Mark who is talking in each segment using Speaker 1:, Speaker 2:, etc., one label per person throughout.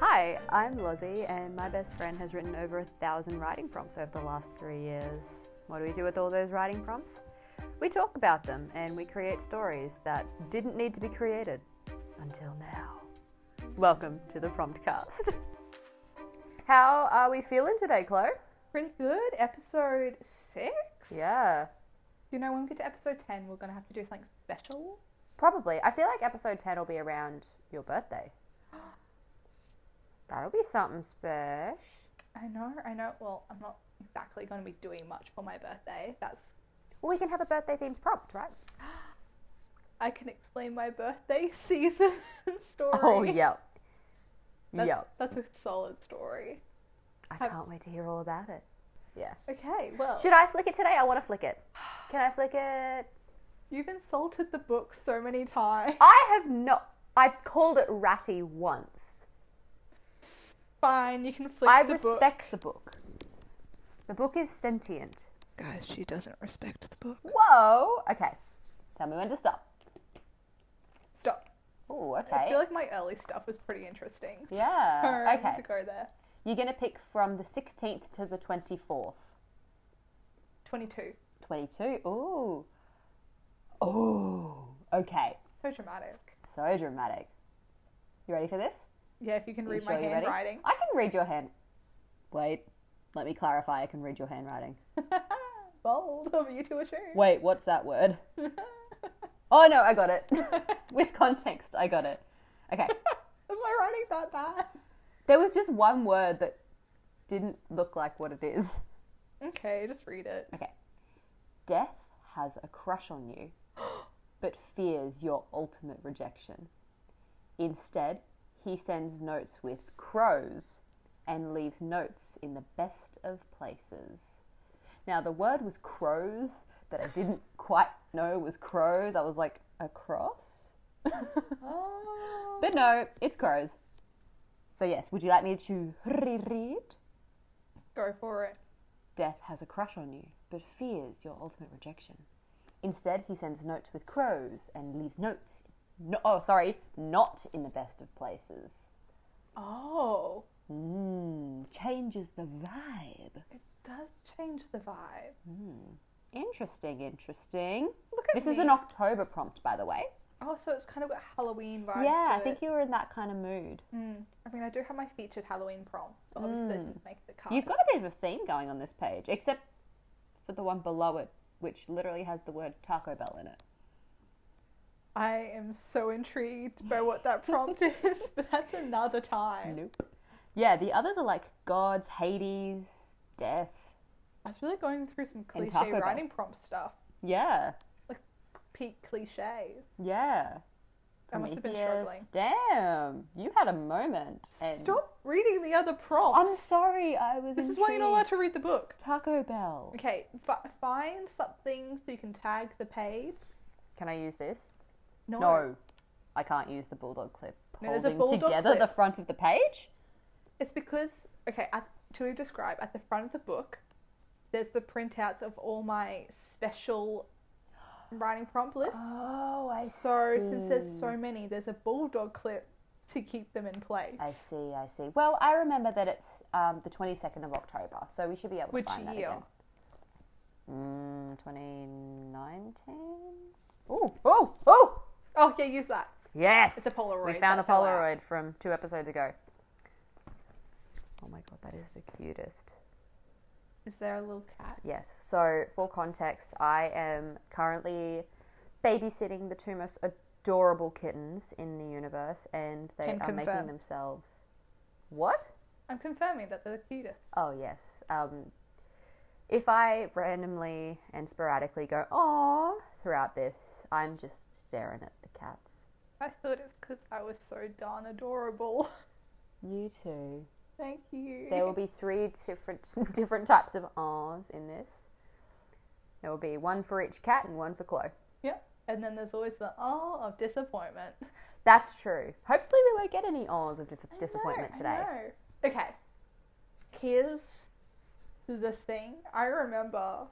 Speaker 1: Hi, I'm Lozzie, and my best friend has written over a thousand writing prompts over the last three years. What do we do with all those writing prompts? We talk about them and we create stories that didn't need to be created until now. Welcome to the Promptcast. How are we feeling today, Chloe?
Speaker 2: Pretty good. Episode six.
Speaker 1: Yeah,
Speaker 2: You know, when we get to episode ten, we're gonna have to do something special.
Speaker 1: probably. I feel like episode 10 will be around your birthday. That'll be something special.
Speaker 2: I know. I know. Well, I'm not exactly gonna be doing much for my birthday. That's.
Speaker 1: Well, we can have a birthday themed prompt, right?
Speaker 2: I can explain my birthday season story.
Speaker 1: Oh, yeah.
Speaker 2: That's,
Speaker 1: yeah.
Speaker 2: That's a solid story.
Speaker 1: I
Speaker 2: Have-
Speaker 1: can't wait to hear all about it. Yeah.
Speaker 2: Okay. Well,
Speaker 1: Should I flick it today? I want to flick it. Can I flick it?
Speaker 2: you've insulted the book so many times.
Speaker 1: I have not. I called it ratty once.
Speaker 2: Fine. You can flip
Speaker 1: I
Speaker 2: the book.
Speaker 1: respect the book. The book is sentient.
Speaker 2: Guys, she doesn't respect the book.
Speaker 1: Whoa. Okay. Tell me when to stop.
Speaker 2: Stop.
Speaker 1: Oh,
Speaker 2: I
Speaker 1: okay.
Speaker 2: feel like my early stuff was pretty interesting. So
Speaker 1: Yeah.
Speaker 2: I need
Speaker 1: Okay.
Speaker 2: to go there.
Speaker 1: You're going to pick from the 16th to the 24th.
Speaker 2: Twenty-two.
Speaker 1: 22. Ooh. Oh. Okay.
Speaker 2: So dramatic.
Speaker 1: So dramatic. You ready for this?
Speaker 2: Yeah, if you can
Speaker 1: Are you
Speaker 2: read my
Speaker 1: sure you're ready?
Speaker 2: handwriting.
Speaker 1: I can read your hand. Wait, let me clarify. I can read your handwriting.
Speaker 2: Bold of you to assume.
Speaker 1: Wait, what's that word? Oh no, I got it. With context, I got it. Okay.
Speaker 2: Is my writing that bad?
Speaker 1: There was just one word that didn't look like what it is.
Speaker 2: Okay, just read it.
Speaker 1: Okay. Death has a crush on you, but fears your ultimate rejection. Instead, he sends notes with crows and leaves notes in the best of places. Now, the word was crows that I didn't quite know was crows. I was like, a cross? but
Speaker 2: Oh.
Speaker 1: no, it's crows. So, yes, would you like me to reread?
Speaker 2: Go for it.
Speaker 1: Death has a crush on you, but fears your ultimate rejection. Instead, he sends notes with crows and leaves notes. No, oh, sorry, not in the best of places.
Speaker 2: Oh,
Speaker 1: Mmm, changes the vibe. Hmm,
Speaker 2: it does change the vibe.
Speaker 1: Interesting, interesting.
Speaker 2: Look at
Speaker 1: This is an
Speaker 2: me.
Speaker 1: October prompt, by the way.
Speaker 2: Oh, so it's kind of got Halloween vibes.
Speaker 1: yeah,
Speaker 2: to
Speaker 1: I think
Speaker 2: It.
Speaker 1: you were in that kind of mood.
Speaker 2: Mm. I mean, I do have my featured Halloween prompt, but obviously that didn't make the cut.
Speaker 1: You've Hmm. got a bit of a theme going on this page, except for the one below it, which literally has the word Taco Bell in it.
Speaker 2: I am so intrigued by what that prompt is, but that's another time.
Speaker 1: Nope. Yeah, the others are like gods, Hades, death.
Speaker 2: I was really going through some
Speaker 1: Taco
Speaker 2: cliche
Speaker 1: Bell.
Speaker 2: writing prompt stuff,
Speaker 1: Yeah,
Speaker 2: like peak cliches.
Speaker 1: yeah.
Speaker 2: I must have been
Speaker 1: Prometheus.
Speaker 2: struggling.
Speaker 1: Damn, you had a moment. and-
Speaker 2: Stop reading the other prompts.
Speaker 1: I'm sorry, I was.
Speaker 2: This is why you're not allowed
Speaker 1: intrigued.
Speaker 2: to read the book.
Speaker 1: Taco Bell.
Speaker 2: Okay, fi- find something so you can tag the page.
Speaker 1: Can I use this?
Speaker 2: No.
Speaker 1: No, I can't use the bulldog clip.
Speaker 2: No, there's a
Speaker 1: Holding
Speaker 2: bulldog
Speaker 1: together
Speaker 2: clip.
Speaker 1: the front of the page.
Speaker 2: It's because, okay, at, to describe, at the front of the book, there's the printouts of all my special writing prompt lists.
Speaker 1: Oh, I
Speaker 2: so, since there's so many, there's a bulldog clip to keep them in place.
Speaker 1: I see, I see. Well, I remember that it's um, the 22nd of October, so we should be able to
Speaker 2: Which
Speaker 1: find that
Speaker 2: year?
Speaker 1: again. Mm, 2019? Oh, oh, oh!
Speaker 2: Oh, yeah, use that.
Speaker 1: Yes.
Speaker 2: It's a Polaroid
Speaker 1: We found a
Speaker 2: that fell out.
Speaker 1: Polaroid from two episodes ago. Oh my god, that is the cutest.
Speaker 2: Is there a little cat?
Speaker 1: Yes. So, for context, I am currently babysitting the two most adorable kittens in the universe, and they
Speaker 2: Can
Speaker 1: are making
Speaker 2: confirm.
Speaker 1: themselves. What?
Speaker 2: I'm confirming that they're the cutest.
Speaker 1: Oh yes. Um, if I randomly and sporadically go "aw" throughout this, I'm just staring at the cats.
Speaker 2: I thought it's because I was so darn adorable.
Speaker 1: You too.
Speaker 2: Thank you.
Speaker 1: There will be three different different types of ahs in this. There will be one for each cat and one for Chloe.
Speaker 2: Yep. And then there's always the oh of disappointment.
Speaker 1: That's true. Hopefully, we won't get any ahs of dis- disappointment
Speaker 2: I
Speaker 1: today.
Speaker 2: know. Okay. Here's the thing. I remember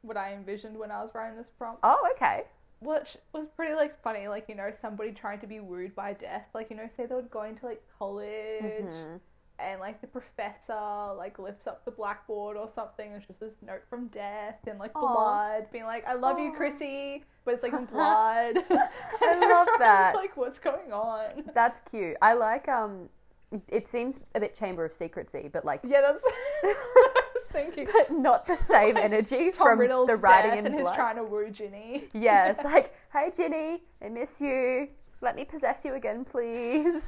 Speaker 2: what I envisioned when I was writing this prompt
Speaker 1: Oh, okay.
Speaker 2: which was pretty like funny, like you know somebody trying to be wooed by death, like you know say they would go into like college
Speaker 1: Mm-hmm. Hmm.
Speaker 2: and like the professor like lifts up the blackboard or something and it's just this note from death and like
Speaker 1: Aw.
Speaker 2: blood being like I love you
Speaker 1: Aw.
Speaker 2: Chrissy, but it's like in blood. I
Speaker 1: love that.
Speaker 2: Like what's going on?
Speaker 1: That's cute. I like um it- it seems a bit chamber of secrecy, but like
Speaker 2: Yeah, that's what I was thinking.
Speaker 1: but not the same
Speaker 2: Like,
Speaker 1: energy
Speaker 2: Tom
Speaker 1: from
Speaker 2: Riddle's
Speaker 1: the writing
Speaker 2: death
Speaker 1: in
Speaker 2: and he's
Speaker 1: blood.
Speaker 2: trying to woo Ginny.
Speaker 1: yeah, it's like, "Hi Ginny, I miss you. Let me possess you again, please."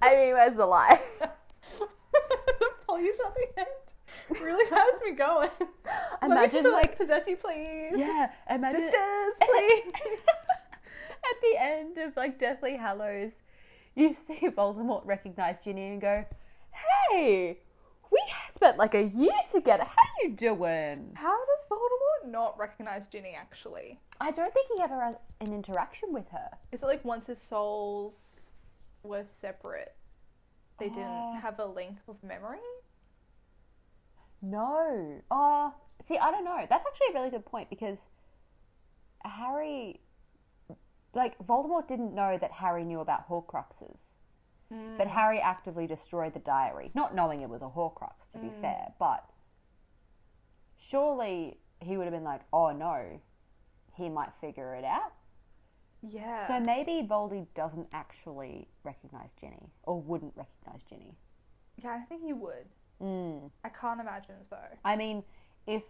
Speaker 1: I mean, where's the lie?
Speaker 2: the police at the end really has me going. Let me
Speaker 1: Imagine,
Speaker 2: feel
Speaker 1: like-
Speaker 2: possess you, please.
Speaker 1: Yeah, imagine
Speaker 2: Sisters, please.
Speaker 1: at the end of like Deathly Hallows, you see Voldemort recognize Ginny and go, "Hey, we spent like a year together. How you doing?"
Speaker 2: How does Voldemort not recognize Ginny actually?
Speaker 1: I don't think he ever has an interaction with her.
Speaker 2: Is it like once his souls were separate, they
Speaker 1: Oh.
Speaker 2: didn't have a link of memory?
Speaker 1: No. Oh, see, I don't know. That's actually a really good point because Harry, like Voldemort, didn't know that Harry knew about Horcruxes. But Harry actively destroyed the diary, not knowing it was a Horcrux, to be fair. But surely he would have been like, oh no, he might figure it out.
Speaker 2: Yeah.
Speaker 1: So maybe Voldy doesn't actually recognize Ginny or wouldn't recognize Ginny.
Speaker 2: yeah, I think he would.
Speaker 1: Mm.
Speaker 2: I can't imagine so.
Speaker 1: I mean, if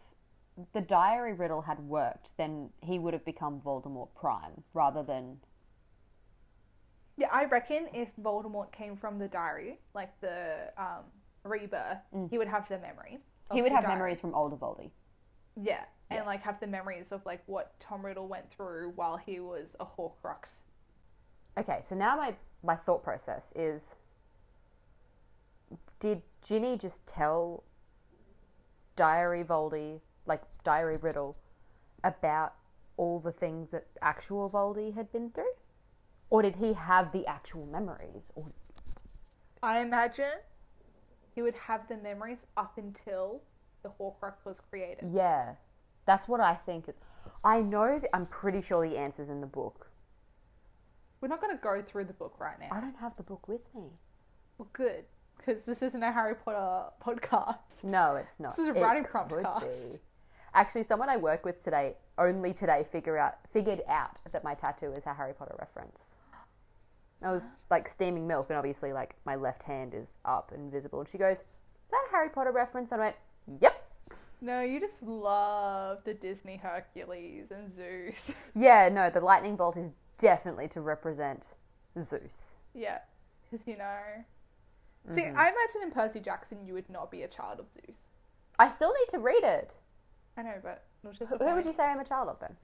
Speaker 1: the diary riddle had worked, then he would have become Voldemort Prime rather than.
Speaker 2: Yeah, I reckon if Voldemort came from the diary, like the um, rebirth, he would have the memories. of
Speaker 1: Mm. He would
Speaker 2: the
Speaker 1: have
Speaker 2: diary.
Speaker 1: memories from older Voldy.
Speaker 2: Yeah, and like have the memories of like what Tom Riddle went through while he was a Horcrux.
Speaker 1: Okay, so now my, my thought process is Did Ginny just tell Diary Voldy, like Diary Riddle, about all the things that actual Voldy had been through? Or did he have the actual memories? Or
Speaker 2: I imagine he would have the memories up until the Horcrux was created.
Speaker 1: yeah, that's what I think is. I know that I'm pretty sure the answer's in the book.
Speaker 2: We're not going to go through the book right now.
Speaker 1: I don't have the book with me.
Speaker 2: Well, good, because this isn't a Harry Potter podcast.
Speaker 1: No, it's not.
Speaker 2: This is a
Speaker 1: It
Speaker 2: writing prompt
Speaker 1: could
Speaker 2: cast.
Speaker 1: be. Actually, someone I work with today, only today, figure out figured out that my tattoo is a Harry Potter reference. I was like steaming milk, and obviously, like my left hand is up and visible. And she goes, "Is that a Harry Potter reference?" And I went, "Yep."
Speaker 2: No, you just love the Disney Hercules and Zeus.
Speaker 1: Yeah, no, the lightning bolt is definitely to represent Zeus.
Speaker 2: yeah, because you know. See,
Speaker 1: Mm-hmm.
Speaker 2: I imagine in Percy Jackson you would not be a child of Zeus.
Speaker 1: I still need to read it.
Speaker 2: I know, but it was just
Speaker 1: Who would you say I'm a child of then?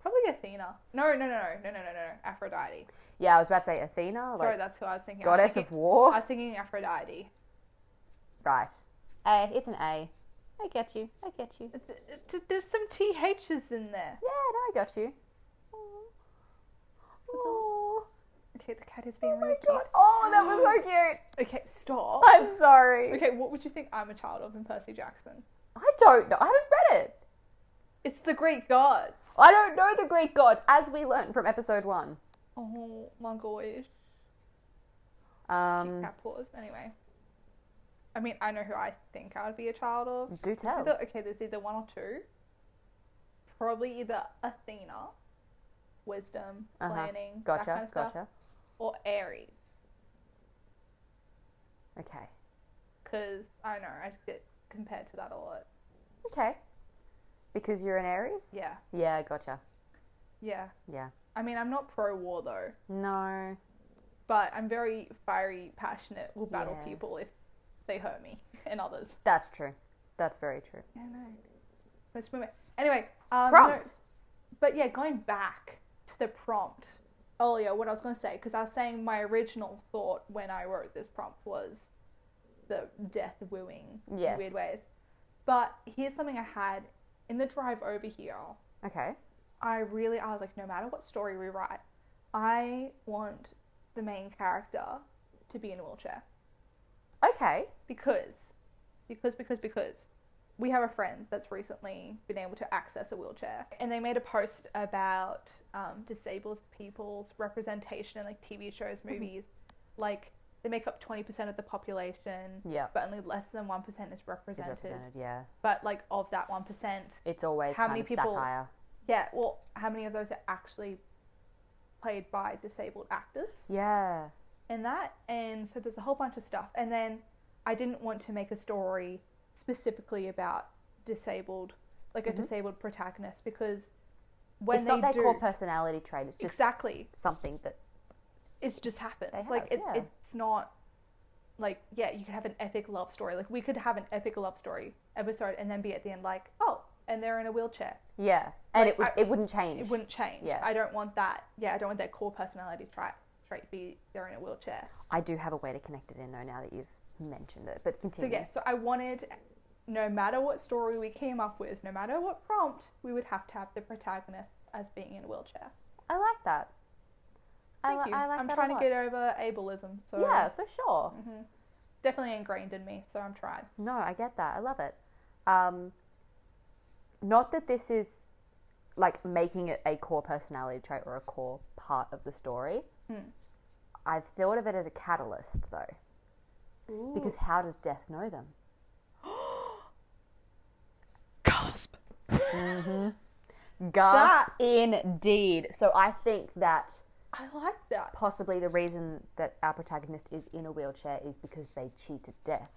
Speaker 2: Probably Athena. No, no, no, no, no, no, no, no, no. Aphrodite.
Speaker 1: Yeah, I was about to say Athena, Oh, like
Speaker 2: Sorry, that's who I was thinking. I was
Speaker 1: goddess of
Speaker 2: thinking,
Speaker 1: war.
Speaker 2: I was thinking Aphrodite.
Speaker 1: Right. A, it's an A. I get you. I get you.
Speaker 2: Th- th- There's some THs in there.
Speaker 1: Yeah, no, I got you.
Speaker 2: Oh. Okay, the cat is being
Speaker 1: my
Speaker 2: really
Speaker 1: God.
Speaker 2: cute.
Speaker 1: Oh, that was so cute.
Speaker 2: Okay, stop.
Speaker 1: I'm sorry.
Speaker 2: Okay, what would you think I'm a child of in Percy Jackson?
Speaker 1: I don't know. I haven't read it.
Speaker 2: It's the Greek gods.
Speaker 1: I don't know the Greek gods, as we learned from episode one.
Speaker 2: Oh my gosh.
Speaker 1: Um,
Speaker 2: Cat paws. Anyway. I mean, I know who I think I would be a child of.
Speaker 1: do
Speaker 2: There's
Speaker 1: tell.
Speaker 2: either- okay, there's either one or two. Probably either Athena, wisdom,
Speaker 1: Uh-huh.
Speaker 2: planning, that kind
Speaker 1: Gotcha,
Speaker 2: of stuff,
Speaker 1: gotcha.
Speaker 2: or Aries.
Speaker 1: Okay,
Speaker 2: Because I don't know, I just get compared to that a lot.
Speaker 1: okay. Because you're an Aries.
Speaker 2: Yeah,
Speaker 1: Yeah, gotcha.
Speaker 2: yeah.
Speaker 1: Yeah.
Speaker 2: I mean, I'm not pro war though,
Speaker 1: No.
Speaker 2: but I'm very fiery, passionate, will battle
Speaker 1: Yes.
Speaker 2: people if they hurt me and others.
Speaker 1: That's true. That's very true.
Speaker 2: Yeah, no. Let's move it. Anyway, um, no,
Speaker 1: Prompt.
Speaker 2: but yeah, going back to the prompt earlier, what I was going to say, because I was saying my original thought when I wrote this prompt was the death wooing in
Speaker 1: Yes.
Speaker 2: weird ways. But here's something I had in the drive over here.
Speaker 1: Okay.
Speaker 2: I really, I was like, no matter what story we write, I want the main character to be in a wheelchair
Speaker 1: Okay.
Speaker 2: because, because, because, because we have a friend that's recently been able to access a wheelchair, and they made a post about um, disabled people's representation in like TV
Speaker 1: Mm-hmm.
Speaker 2: shows, movies, like they make up twenty percent of the population,
Speaker 1: Yeah.
Speaker 2: but only less than one percent is
Speaker 1: Is
Speaker 2: represented.
Speaker 1: represented, yeah.
Speaker 2: But like of that one percent,
Speaker 1: It's always
Speaker 2: How
Speaker 1: kind
Speaker 2: many
Speaker 1: of
Speaker 2: people-
Speaker 1: satire.
Speaker 2: yeah, well, how many of those are actually played by disabled actors?
Speaker 1: Yeah.
Speaker 2: and that and so there's a whole bunch of stuff and then i didn't want to make a story specifically about disabled like a disabled protagonist because when
Speaker 1: Mm-hmm. it's
Speaker 2: they
Speaker 1: not their
Speaker 2: do
Speaker 1: core personality trait, it's just
Speaker 2: exactly
Speaker 1: something that
Speaker 2: it just happens
Speaker 1: They
Speaker 2: like
Speaker 1: have,
Speaker 2: it,
Speaker 1: yeah.
Speaker 2: it's not like yeah you could have an epic love story like we could have an epic love story episode and then be at the end like oh and they're in a wheelchair
Speaker 1: Yeah. And
Speaker 2: Like,
Speaker 1: it would
Speaker 2: I-
Speaker 1: it wouldn't change.
Speaker 2: it wouldn't change
Speaker 1: Yeah.
Speaker 2: i don't want that yeah i don't want their core personality trait trait be they're in a wheelchair
Speaker 1: I do have a way to connect it in though now that you've mentioned it. But
Speaker 2: So
Speaker 1: continue.
Speaker 2: yeah, so I wanted, no matter what story we came up with, no matter what prompt, we would have to have the protagonist as being in a wheelchair.
Speaker 1: I like that.
Speaker 2: Thank
Speaker 1: I, li-
Speaker 2: you.
Speaker 1: I like
Speaker 2: am
Speaker 1: that a
Speaker 2: trying to
Speaker 1: lot.
Speaker 2: get over ableism, so
Speaker 1: Yeah, for sure.
Speaker 2: definitely ingrained in me. So I'm trying.
Speaker 1: No, I get that. I love it. Um, not that this is like making it a core personality trait or a core part of the story.
Speaker 2: Hmm.
Speaker 1: I've thought of it as a catalyst though, because how does death know them?
Speaker 2: gasp.
Speaker 1: Gasp indeed. So I think that
Speaker 2: I like that.
Speaker 1: possibly the reason that our protagonist is in a wheelchair is because they cheated death.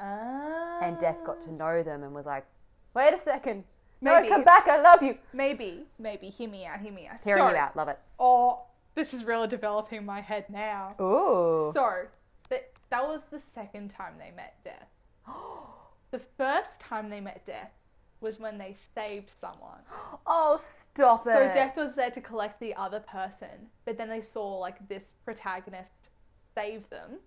Speaker 2: Ah.
Speaker 1: And death got to know them and was like, wait a second. No,
Speaker 2: Maybe.
Speaker 1: come back. I love you.
Speaker 2: maybe, maybe. Hear me out. Hear me out.
Speaker 1: Hearing
Speaker 2: Sorry.
Speaker 1: you out. Love it.
Speaker 2: Oh, this is really developing my head now.
Speaker 1: Ooh.
Speaker 2: So that that was the second time they met death. the first time they met death was when they saved someone.
Speaker 1: Oh, stop it.
Speaker 2: So death was there to collect the other person, but then they saw like this protagonist save them,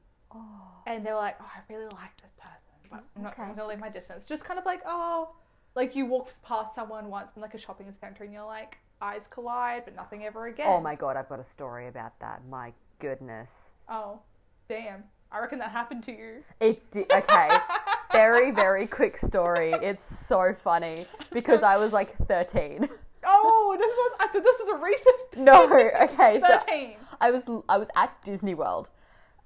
Speaker 2: and they were like, "Oh, I really like this person, but I'm not
Speaker 1: Okay.
Speaker 2: I'm gonna leave my distance." Just kind of like, oh, like you walk past someone once in like a shopping center, and you're like, eyes collide, but nothing ever again.
Speaker 1: Oh my god, I've got a story about that. My goodness.
Speaker 2: Oh, damn! I reckon that happened to you.
Speaker 1: It di- okay. very very quick story. It's so funny because I was like 13.
Speaker 2: Oh, this was. I thought this was a recent
Speaker 1: No, okay. So
Speaker 2: thirteen.
Speaker 1: I was I was at Disney World.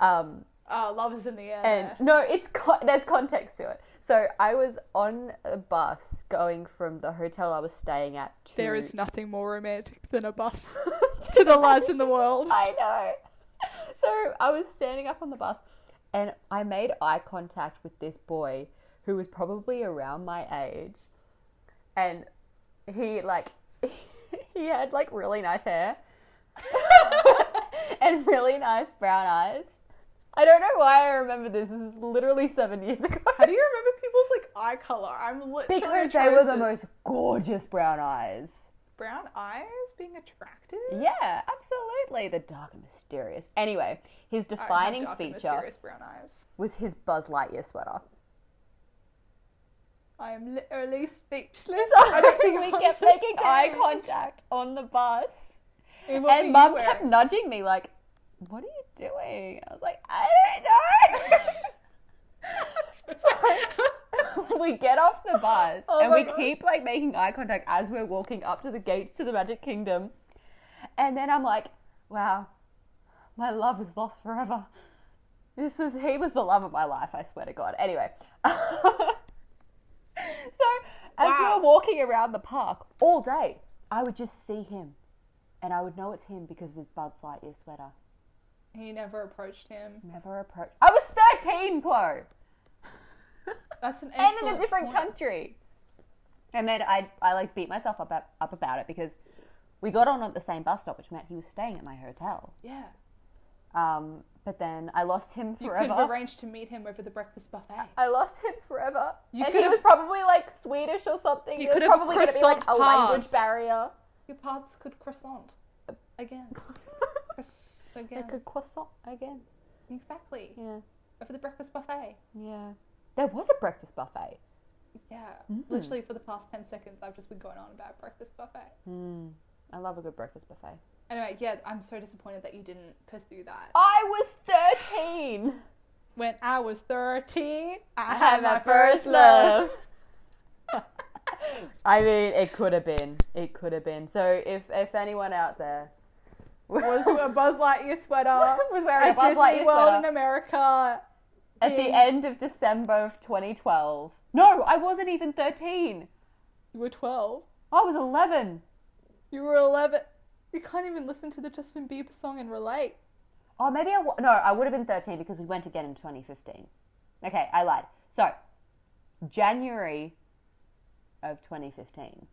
Speaker 1: Um
Speaker 2: Oh, love is in the air.
Speaker 1: and no, it's co- there's context to it. So I was on a bus going from the hotel I was staying at to
Speaker 2: there is nothing more romantic than a bus to the lights in the world.
Speaker 1: I know. So I was standing up on the bus and I made eye contact with this boy who was probably around my age. And he, like, he had, like, really nice hair and really nice brown eyes. I don't know why I remember this. This is literally seven years ago.
Speaker 2: How do you remember people's like eye color? I'm literally
Speaker 1: Because they were the
Speaker 2: atrocious.
Speaker 1: most gorgeous brown eyes.
Speaker 2: brown eyes being attractive.
Speaker 1: Yeah, absolutely. The dark and mysterious. Anyway, his
Speaker 2: I have
Speaker 1: defining
Speaker 2: dark and
Speaker 1: feature
Speaker 2: mysterious brown eyes.
Speaker 1: was his Buzz Lightyear sweater.
Speaker 2: I am literally speechless. I don't think
Speaker 1: we
Speaker 2: I
Speaker 1: kept making eye
Speaker 2: understand.
Speaker 1: contact on the bus,
Speaker 2: And, what were
Speaker 1: and
Speaker 2: you
Speaker 1: Mum
Speaker 2: wearing?
Speaker 1: kept nudging me like, "What are you doing?" I was like, "I don't know." we get off the bus,
Speaker 2: Oh
Speaker 1: and
Speaker 2: my
Speaker 1: we
Speaker 2: God.
Speaker 1: keep like making eye contact as we're walking up to the gates to the Magic Kingdom, and then I'm like, "Wow, my love is lost forever." This was he was the love of my life, I swear to God. Anyway. so as
Speaker 2: Wow.
Speaker 1: we were walking around the park all day, I would just see him. And I would know it's him because of his Buzz Lightyear sweater.
Speaker 2: he never approached him.
Speaker 1: Never approached. I was 13, Chloe!
Speaker 2: That's an
Speaker 1: And
Speaker 2: excellent
Speaker 1: in a different
Speaker 2: point.
Speaker 1: country. And then I, I like beat myself up, up, up about it because we got on at the same bus stop, which meant he was staying at my hotel.
Speaker 2: Yeah,
Speaker 1: Um, but then I lost him
Speaker 2: you
Speaker 1: forever.
Speaker 2: could have arranged to meet him over the breakfast buffet.
Speaker 1: I lost him forever.
Speaker 2: You
Speaker 1: and
Speaker 2: could
Speaker 1: he
Speaker 2: have-
Speaker 1: was probably like Swedish or something.
Speaker 2: You
Speaker 1: There
Speaker 2: could
Speaker 1: was
Speaker 2: have
Speaker 1: probably gonna be, like, a
Speaker 2: croissant
Speaker 1: language
Speaker 2: paths.
Speaker 1: barrier.
Speaker 2: Your paths could croissant
Speaker 1: Uh,
Speaker 2: again. Croiss- again.
Speaker 1: Like a croissant again.
Speaker 2: Exactly.
Speaker 1: Yeah,
Speaker 2: Over the breakfast buffet.
Speaker 1: yeah. There was a breakfast buffet.
Speaker 2: Yeah.
Speaker 1: Mm.
Speaker 2: Literally for the past 10 seconds, I've just been going on about breakfast buffet.
Speaker 1: Mm, I love a good breakfast buffet.
Speaker 2: Anyway, yeah, I'm so disappointed that you didn't pursue that.
Speaker 1: I was 13.
Speaker 2: When I was 13, I,
Speaker 1: I had my first love. I mean, it could have been. It could have been. So if if anyone out there
Speaker 2: was a Buzz Lightyear sweater
Speaker 1: was
Speaker 2: at
Speaker 1: wearing a Buzz
Speaker 2: Disney
Speaker 1: Lightyear
Speaker 2: World
Speaker 1: sweater
Speaker 2: in America.
Speaker 1: at the
Speaker 2: in-
Speaker 1: end of December of 2012. No, I wasn't even 13.
Speaker 2: You were 12.
Speaker 1: I was 11.
Speaker 2: You were 11. You can't even listen to the Justin Bieber song and relate.
Speaker 1: Oh, maybe I wa- no, I would have been 13 because we went again in 2015. Okay, I lied. So, January of 2015.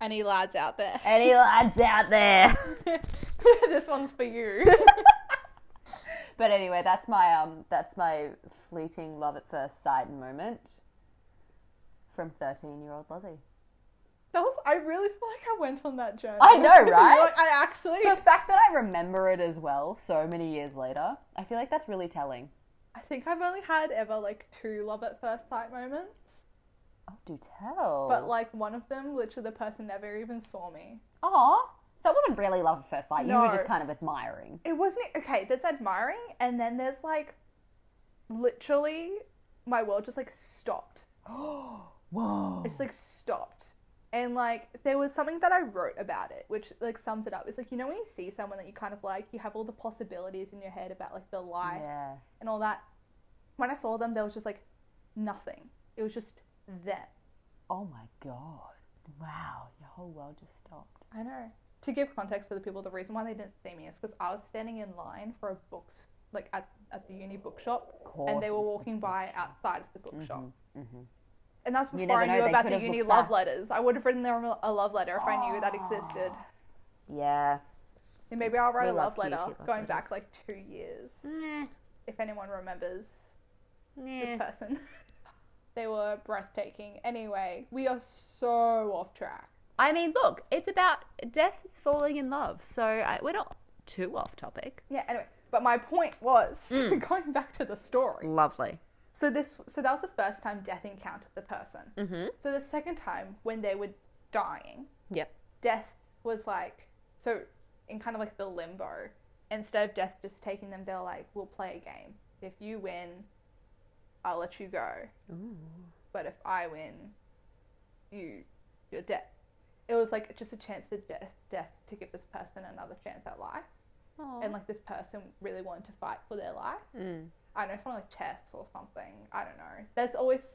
Speaker 2: Any lads out there?
Speaker 1: Any lads out there?
Speaker 2: this one's for you.
Speaker 1: but anyway, that's my um that's my fleeting love at first sight moment from 13-year-old Lozzie.
Speaker 2: That was. I really feel like I went on that journey.
Speaker 1: I know,
Speaker 2: You
Speaker 1: right?
Speaker 2: what? I actually.
Speaker 1: The fact that I remember it as well so many years later, I feel like that's really telling.
Speaker 2: I think I've only had ever like two love at first sight moments,
Speaker 1: Oh, do tell.
Speaker 2: but like one of them, literally the person never even saw me.
Speaker 1: Aw. So it wasn't really love at first sight. You were
Speaker 2: No.
Speaker 1: just kind of admiring.
Speaker 2: It wasn't e, okay. There's admiring, and then there's like, literally, my world just like stopped.
Speaker 1: Whoa.
Speaker 2: It just like stopped. And like there was something that I wrote about it, which like sums it up. It's like you know when you see someone that you kind of like, you have all the possibilities in your head about like their life
Speaker 1: Yeah.
Speaker 2: and all that. When I saw them, there was just like nothing. It was just them.
Speaker 1: Oh my god. Wow. Your whole world just stopped.
Speaker 2: I know. To give context for the people, the reason why they didn't see me is because I was standing in line for a books like at, at the uni bookshop,
Speaker 1: course,
Speaker 2: and they were
Speaker 1: it's the
Speaker 2: walking by outside of the bookshop. And that's
Speaker 1: You
Speaker 2: before
Speaker 1: never
Speaker 2: I
Speaker 1: know,
Speaker 2: knew
Speaker 1: they
Speaker 2: about
Speaker 1: could
Speaker 2: the
Speaker 1: have
Speaker 2: uni
Speaker 1: looked
Speaker 2: love
Speaker 1: back. Ah.
Speaker 2: letters. I would have written them a love letter if I knew that existed.
Speaker 1: Yeah.
Speaker 2: And maybe I'll write
Speaker 1: We
Speaker 2: a love
Speaker 1: love cute
Speaker 2: letter
Speaker 1: love
Speaker 2: going back
Speaker 1: letters.
Speaker 2: like two years. If anyone remembers this
Speaker 1: Meh.
Speaker 2: person, they were breathtaking. Anyway, we are so off track.
Speaker 1: I mean, look, it's about death is falling in love. So I, we're not too off topic.
Speaker 2: Yeah, anyway, but my point was going back to the story.
Speaker 1: Lovely.
Speaker 2: So this so that was the first time death encountered the person.
Speaker 1: Mhm.
Speaker 2: So the second time when they were dying,
Speaker 1: Yep.
Speaker 2: death was like so in kind of like the limbo. Instead of death just taking them, they're like, "We'll play a game. If you win, I'll let you go. But if I win, you you're dead." It was like just a chance for death, death to give this person another chance at life, and like this person really wanted to fight for their life.
Speaker 1: Mm.
Speaker 2: I know someone like chess or something. I don't know. That's always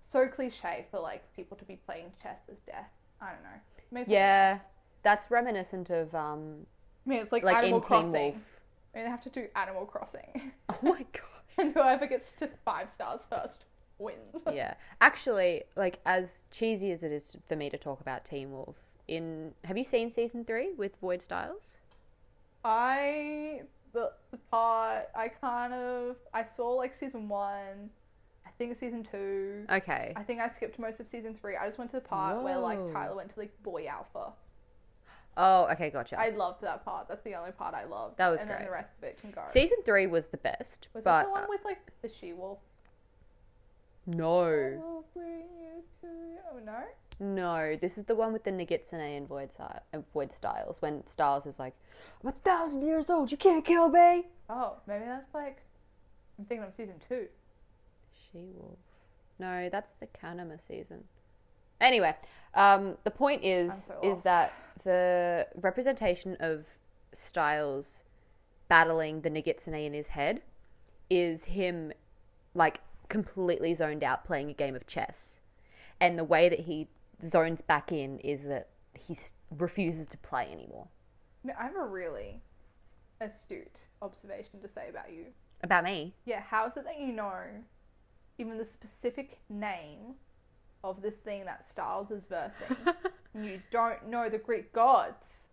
Speaker 2: so cliche for like people to be playing chess with death. I don't know. Maybe something
Speaker 1: Yeah.
Speaker 2: else.
Speaker 1: That's reminiscent of um,
Speaker 2: I mean, it's like,
Speaker 1: like
Speaker 2: Animal
Speaker 1: in Teen
Speaker 2: Crossing.
Speaker 1: Wolf.
Speaker 2: I mean, they have to do Animal Crossing,
Speaker 1: Oh my god.
Speaker 2: and whoever gets to five stars first wins.
Speaker 1: yeah actually like as cheesy as it is for me to talk about teen wolf in have you seen season three with void styles
Speaker 2: I the, the part I kind of I saw like season one, I think season two.
Speaker 1: okay
Speaker 2: I think I skipped most of season three. I just went to the part where like
Speaker 1: Whoa.
Speaker 2: Tyler went to like boy alpha.
Speaker 1: oh okay gotcha
Speaker 2: I loved that part. That's the only part I loved.
Speaker 1: That was
Speaker 2: and then
Speaker 1: great.
Speaker 2: the rest of it can go.
Speaker 1: season three was the best
Speaker 2: Was
Speaker 1: but
Speaker 2: it the
Speaker 1: uh,
Speaker 2: one with like the she wolf?
Speaker 1: no
Speaker 2: I'll bring you to- Oh no!
Speaker 1: no this is the one with the nagitsune and void, si- and void styles when styles is like i'm a thousand years old you can't kill me
Speaker 2: Oh, maybe that's like I'm thinking of season two.
Speaker 1: She Wolf. No, that's the Kanama season. Anyway, um, the point is
Speaker 2: I'm so
Speaker 1: is
Speaker 2: lost.
Speaker 1: that the representation of Styles battling the Nagitsune in his head is him like completely zoned out playing a game of chess. And the way that he zones back in is that he s- refuses to play anymore.
Speaker 2: No, I have a really astute observation to say about you.
Speaker 1: About me?
Speaker 2: Yeah, how is it that you know even the specific name of this thing that Styles is versing? and you don't know the Greek gods.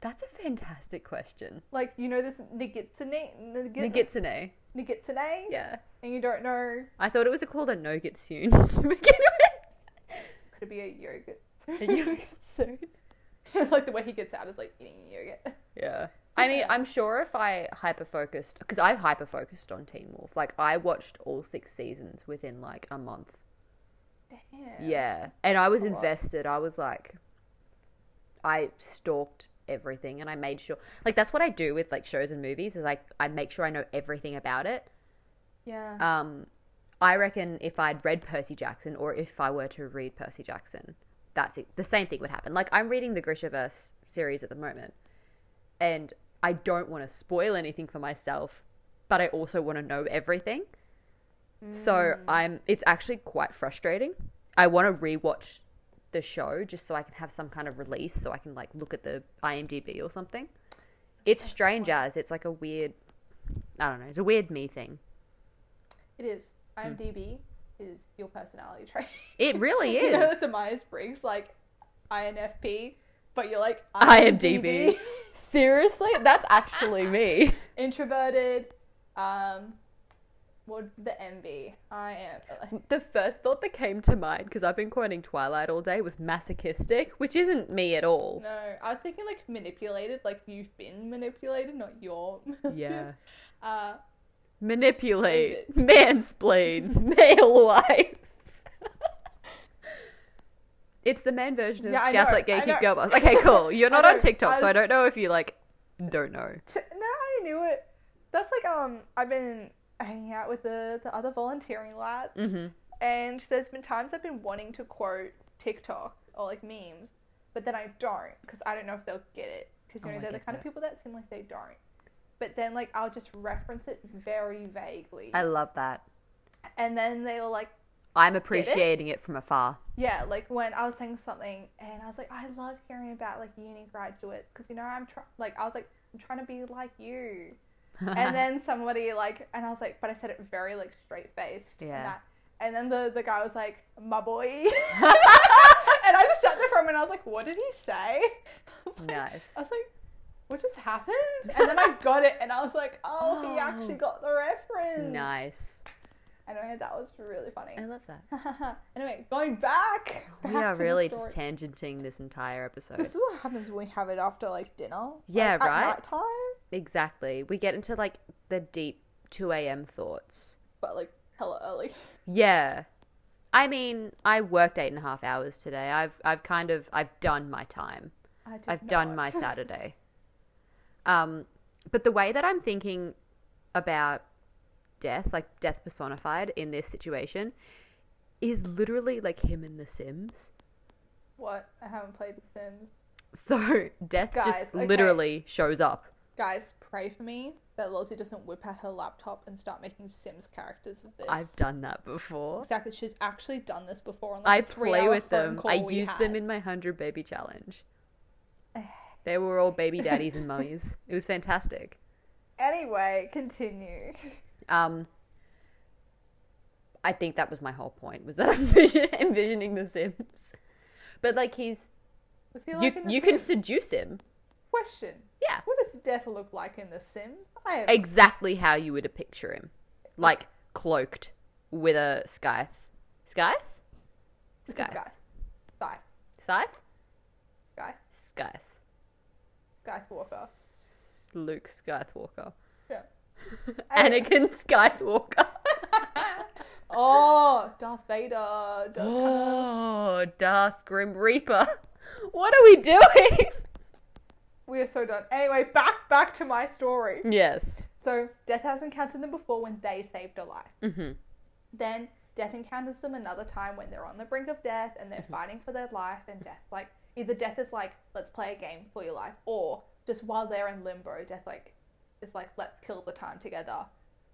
Speaker 1: That's a fantastic question.
Speaker 2: Like you know this Nigitsune, Nigitsune,
Speaker 1: Nagitsune.
Speaker 2: Nigitsune,
Speaker 1: Yeah.
Speaker 2: and you don't know
Speaker 1: I thought it was called a no soon to begin with.
Speaker 2: could it be a yogurt?
Speaker 1: soon.
Speaker 2: like the way he gets out is like eating yogurt.
Speaker 1: Yeah. I mean,
Speaker 2: Yeah.
Speaker 1: I'm sure if I hyper focused, because I hyper focused on Teen Wolf. Like, I watched all six seasons within like a month.
Speaker 2: Damn.
Speaker 1: Yeah. And I was
Speaker 2: a lot.
Speaker 1: invested. I was like, I stalked everything and I made sure. Like, that's what I do with like shows and movies is like, I make sure I know everything about it.
Speaker 2: Yeah.
Speaker 1: Um, I reckon if I'd read Percy Jackson or if I were to read Percy Jackson, that's it. the same thing would happen. Like I'm reading the Grishaverse series at the moment, and I don't want to spoil anything for myself, but I also want to know everything.
Speaker 2: Mm.
Speaker 1: So I'm it's actually quite frustrating. I want to rewatch the show just so I can have some kind of release so I can like look at the IMDb or something. It's strange as it's like a weird I don't know, it's a weird me thing.
Speaker 2: It is.
Speaker 1: Hmm.
Speaker 2: IMDb is your personality trait.
Speaker 1: It really
Speaker 2: you
Speaker 1: is.
Speaker 2: know, it's a Myers Briggs, like INFP, but you're like
Speaker 1: IMDb.
Speaker 2: IMDb.
Speaker 1: Seriously? That's actually me.
Speaker 2: Introverted. Um, what the MB? I am.
Speaker 1: The first thought that came to mind, because I've been quoting Twilight all day, was masochistic, which isn't me at all.
Speaker 2: No, I was thinking like manipulated, like you've been manipulated, not your.
Speaker 1: Yeah.
Speaker 2: Uh,
Speaker 1: Manipulate, mansplain, male wife. it's the man version of
Speaker 2: Yeah, I know,
Speaker 1: Gaslight Gay
Speaker 2: I
Speaker 1: Keep
Speaker 2: know.
Speaker 1: Girl Boss. Okay, cool. You're
Speaker 2: I
Speaker 1: not
Speaker 2: know,
Speaker 1: on TikTok,
Speaker 2: I
Speaker 1: so I
Speaker 2: was-
Speaker 1: don't know if you like don't know.
Speaker 2: T- no, I knew it. That's like um, I've been hanging out with the the other volunteering lads,
Speaker 1: Mm-hmm.
Speaker 2: and there's been times I've been wanting to quote TikTok or like memes, but then I don't because I don't know if they'll get it because you
Speaker 1: Oh,
Speaker 2: know
Speaker 1: I
Speaker 2: they're the
Speaker 1: get
Speaker 2: kind of
Speaker 1: that.
Speaker 2: people that seem like they don't. But then like I'll just reference it very vaguely,
Speaker 1: I love that.
Speaker 2: and then they will like
Speaker 1: I'm appreciating it? from afar.
Speaker 2: yeah, like when I was saying something and I was like, I love hearing about like uni graduates because you know I'm try- like I was like I'm trying to be like you,
Speaker 1: Uh-huh.
Speaker 2: and then somebody like and I was like, but I said it very like straight faced.
Speaker 1: Yeah.
Speaker 2: And, that, and then the the guy was like, my boy, and I just sat there for a minute. I was like, what did he say? I was like,
Speaker 1: Nice.
Speaker 2: I was like, what just happened? And then I got it, and I was like, oh, he actually
Speaker 1: Oh.
Speaker 2: got the reference.
Speaker 1: Nice.
Speaker 2: Anyway, that was really funny.
Speaker 1: I love that.
Speaker 2: anyway, going back.
Speaker 1: We
Speaker 2: back
Speaker 1: are
Speaker 2: to the
Speaker 1: really
Speaker 2: story.
Speaker 1: just tangenting this entire episode.
Speaker 2: This is what happens when we have it after like dinner.
Speaker 1: Yeah,
Speaker 2: like,
Speaker 1: right?
Speaker 2: At night time,
Speaker 1: Exactly. We get into like the deep 2 a.m. thoughts.
Speaker 2: but like hella early.
Speaker 1: Yeah. I mean, I worked eight and a half hours today. I've I've kind of I've done my time.
Speaker 2: I did
Speaker 1: I've done
Speaker 2: not.
Speaker 1: my Saturday. Um, but the way that I'm thinking about death, like death personified in this situation, is literally like him in The Sims.
Speaker 2: What? I haven't played The Sims.
Speaker 1: So death
Speaker 2: Guys,
Speaker 1: just
Speaker 2: okay.
Speaker 1: literally shows up.
Speaker 2: Guys, pray for me that Lozzie doesn't whip out her laptop and start making Sims characters of this.
Speaker 1: I've done that before.
Speaker 2: exactly. She's actually done this before. On, like,
Speaker 1: I
Speaker 2: a
Speaker 1: play
Speaker 2: three-hour
Speaker 1: with
Speaker 2: phone
Speaker 1: them.
Speaker 2: call
Speaker 1: I
Speaker 2: we
Speaker 1: used
Speaker 2: had.
Speaker 1: them in my 100 baby challenge. They were all baby daddies and mummies. It was fantastic.
Speaker 2: Anyway, continue.
Speaker 1: Um, I think that was my whole point was that I'm envision- envisioning The Sims. But like he's
Speaker 2: Was he
Speaker 1: you
Speaker 2: like in The
Speaker 1: you can
Speaker 2: Sims?
Speaker 1: seduce him.
Speaker 2: question.
Speaker 1: Yeah.
Speaker 2: What does death look like in The Sims? I have
Speaker 1: Exactly how you would picture him. Like cloaked with a scythe. Scythe?
Speaker 2: It's a
Speaker 1: Scythe.
Speaker 2: Sky. Sky.
Speaker 1: Scythe?
Speaker 2: Sky.
Speaker 1: Scythe.
Speaker 2: Sky Walker.
Speaker 1: Luke Skywalker.
Speaker 2: Yeah.
Speaker 1: Anakin Skywalker.
Speaker 2: oh, Darth Vader does kind of.
Speaker 1: Oh, Darth Grim Reaper. What are we doing?
Speaker 2: We are so done. Anyway, back back to my story.
Speaker 1: Yes.
Speaker 2: So Death has encountered them before when they saved a life.
Speaker 1: hmm
Speaker 2: Then Death encounters them another time when they're on the brink of death and
Speaker 1: Mm-hmm.
Speaker 2: they're fighting for their life. And Death like either Death is like, let's play a game for your life, or just while they're in limbo, Death like is like, let's kill the time together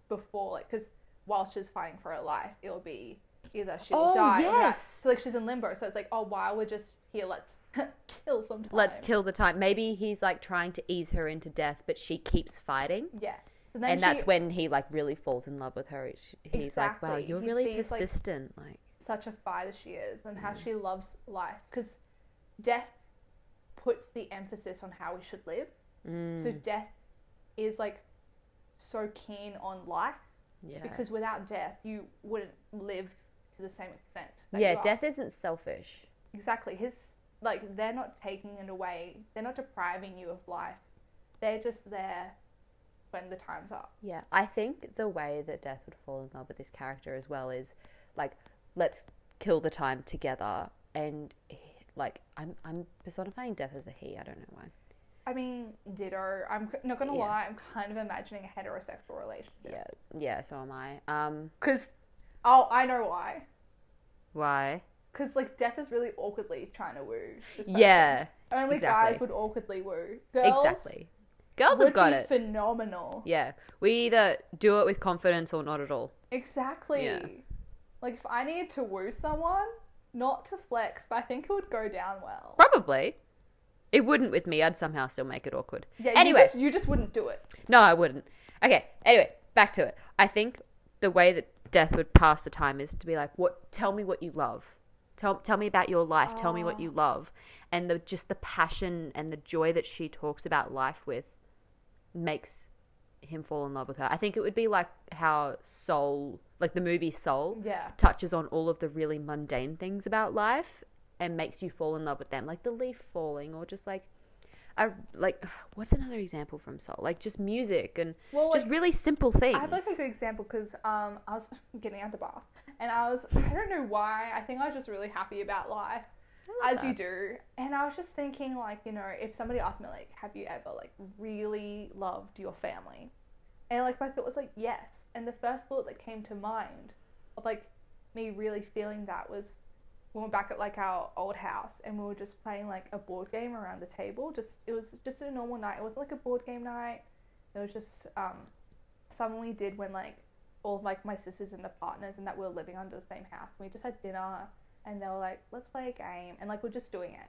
Speaker 2: before like because while she's fighting for her life, it'll be either she will
Speaker 1: Oh,
Speaker 2: die or that.
Speaker 1: yes.
Speaker 2: So like she's in limbo. So it's like, oh, while we're just here, let's kill some time.
Speaker 1: Let's kill the time. Maybe he's like trying to ease her into death, but she keeps fighting.
Speaker 2: Yeah. So then
Speaker 1: And,
Speaker 2: she-
Speaker 1: that's when he like really falls in love with her. Sh- He's like, wow,
Speaker 2: Exactly.
Speaker 1: you're
Speaker 2: He
Speaker 1: really
Speaker 2: sees, like-
Speaker 1: persistent. Like,
Speaker 2: such a fighter she is and
Speaker 1: Mm.
Speaker 2: how she loves life because death puts the emphasis on how we should live.
Speaker 1: mm,
Speaker 2: So death is like so keen on life
Speaker 1: yeah.
Speaker 2: because without death you wouldn't live to the same extent. that you
Speaker 1: yeah,
Speaker 2: are.
Speaker 1: death isn't selfish.
Speaker 2: Exactly. His like they're not taking it away. They're not depriving you of life. They're just there when the time's up.
Speaker 1: Yeah, I think the way that Death would fall in love with this character as well is like, let's kill the time together, and he- like, I'm I'm personifying Death as a he. I don't know why.
Speaker 2: I mean, ditto. I'm c- not gonna
Speaker 1: Yeah.
Speaker 2: lie. I'm kind of imagining a heterosexual relationship.
Speaker 1: Yeah, yeah. So am I. Um,
Speaker 2: Because Oh, I know why.
Speaker 1: Why?
Speaker 2: Because like death is really awkwardly trying to woo. This person.
Speaker 1: Yeah,
Speaker 2: Only
Speaker 1: exactly.
Speaker 2: guys would awkwardly woo. Girls
Speaker 1: exactly. Girls
Speaker 2: would
Speaker 1: have got
Speaker 2: be
Speaker 1: it.
Speaker 2: phenomenal.
Speaker 1: yeah, we either do it with confidence or not at all.
Speaker 2: Exactly.
Speaker 1: Yeah.
Speaker 2: Like if I needed to woo someone, not to flex, but I think it would go down well.
Speaker 1: Probably. It wouldn't with me. I'd somehow still make it awkward.
Speaker 2: Yeah.
Speaker 1: anyway,
Speaker 2: You just, you just wouldn't do it.
Speaker 1: no, I wouldn't. Okay. Anyway, back to it. I think the way that death would pass the time is to be like, "What? Tell me what you love. Tell tell me about your life. Tell me what you love." And the just the passion and the joy that she talks about life with makes him fall in love with her. I think it would be like how Soul, like the movie Soul,
Speaker 2: Yeah.
Speaker 1: touches on all of the really mundane things about life and makes you fall in love with them, like the leaf falling, or just like, a, like what's another example from soul? Like just music and
Speaker 2: Well, like,
Speaker 1: just really simple things.
Speaker 2: I had like a good example because um, I was getting out of the bath and I was, I don't know why, I think I was just really happy about life,
Speaker 1: love
Speaker 2: as you do. And I was just thinking, like, you know, if somebody asked me, like, have you ever, like, really loved your family? And, like, my thought was, like, yes. And the first thought that came to mind of, like, me really feeling that was we were back at like our old house and we were just playing like a board game around the table. Just it was just a normal night. It wasn't like a board game night. It was just um, something we did when like all of, like my sisters and the partners and that we were living under the same house. We just had dinner and they were like, let's play a game and like we're just doing it.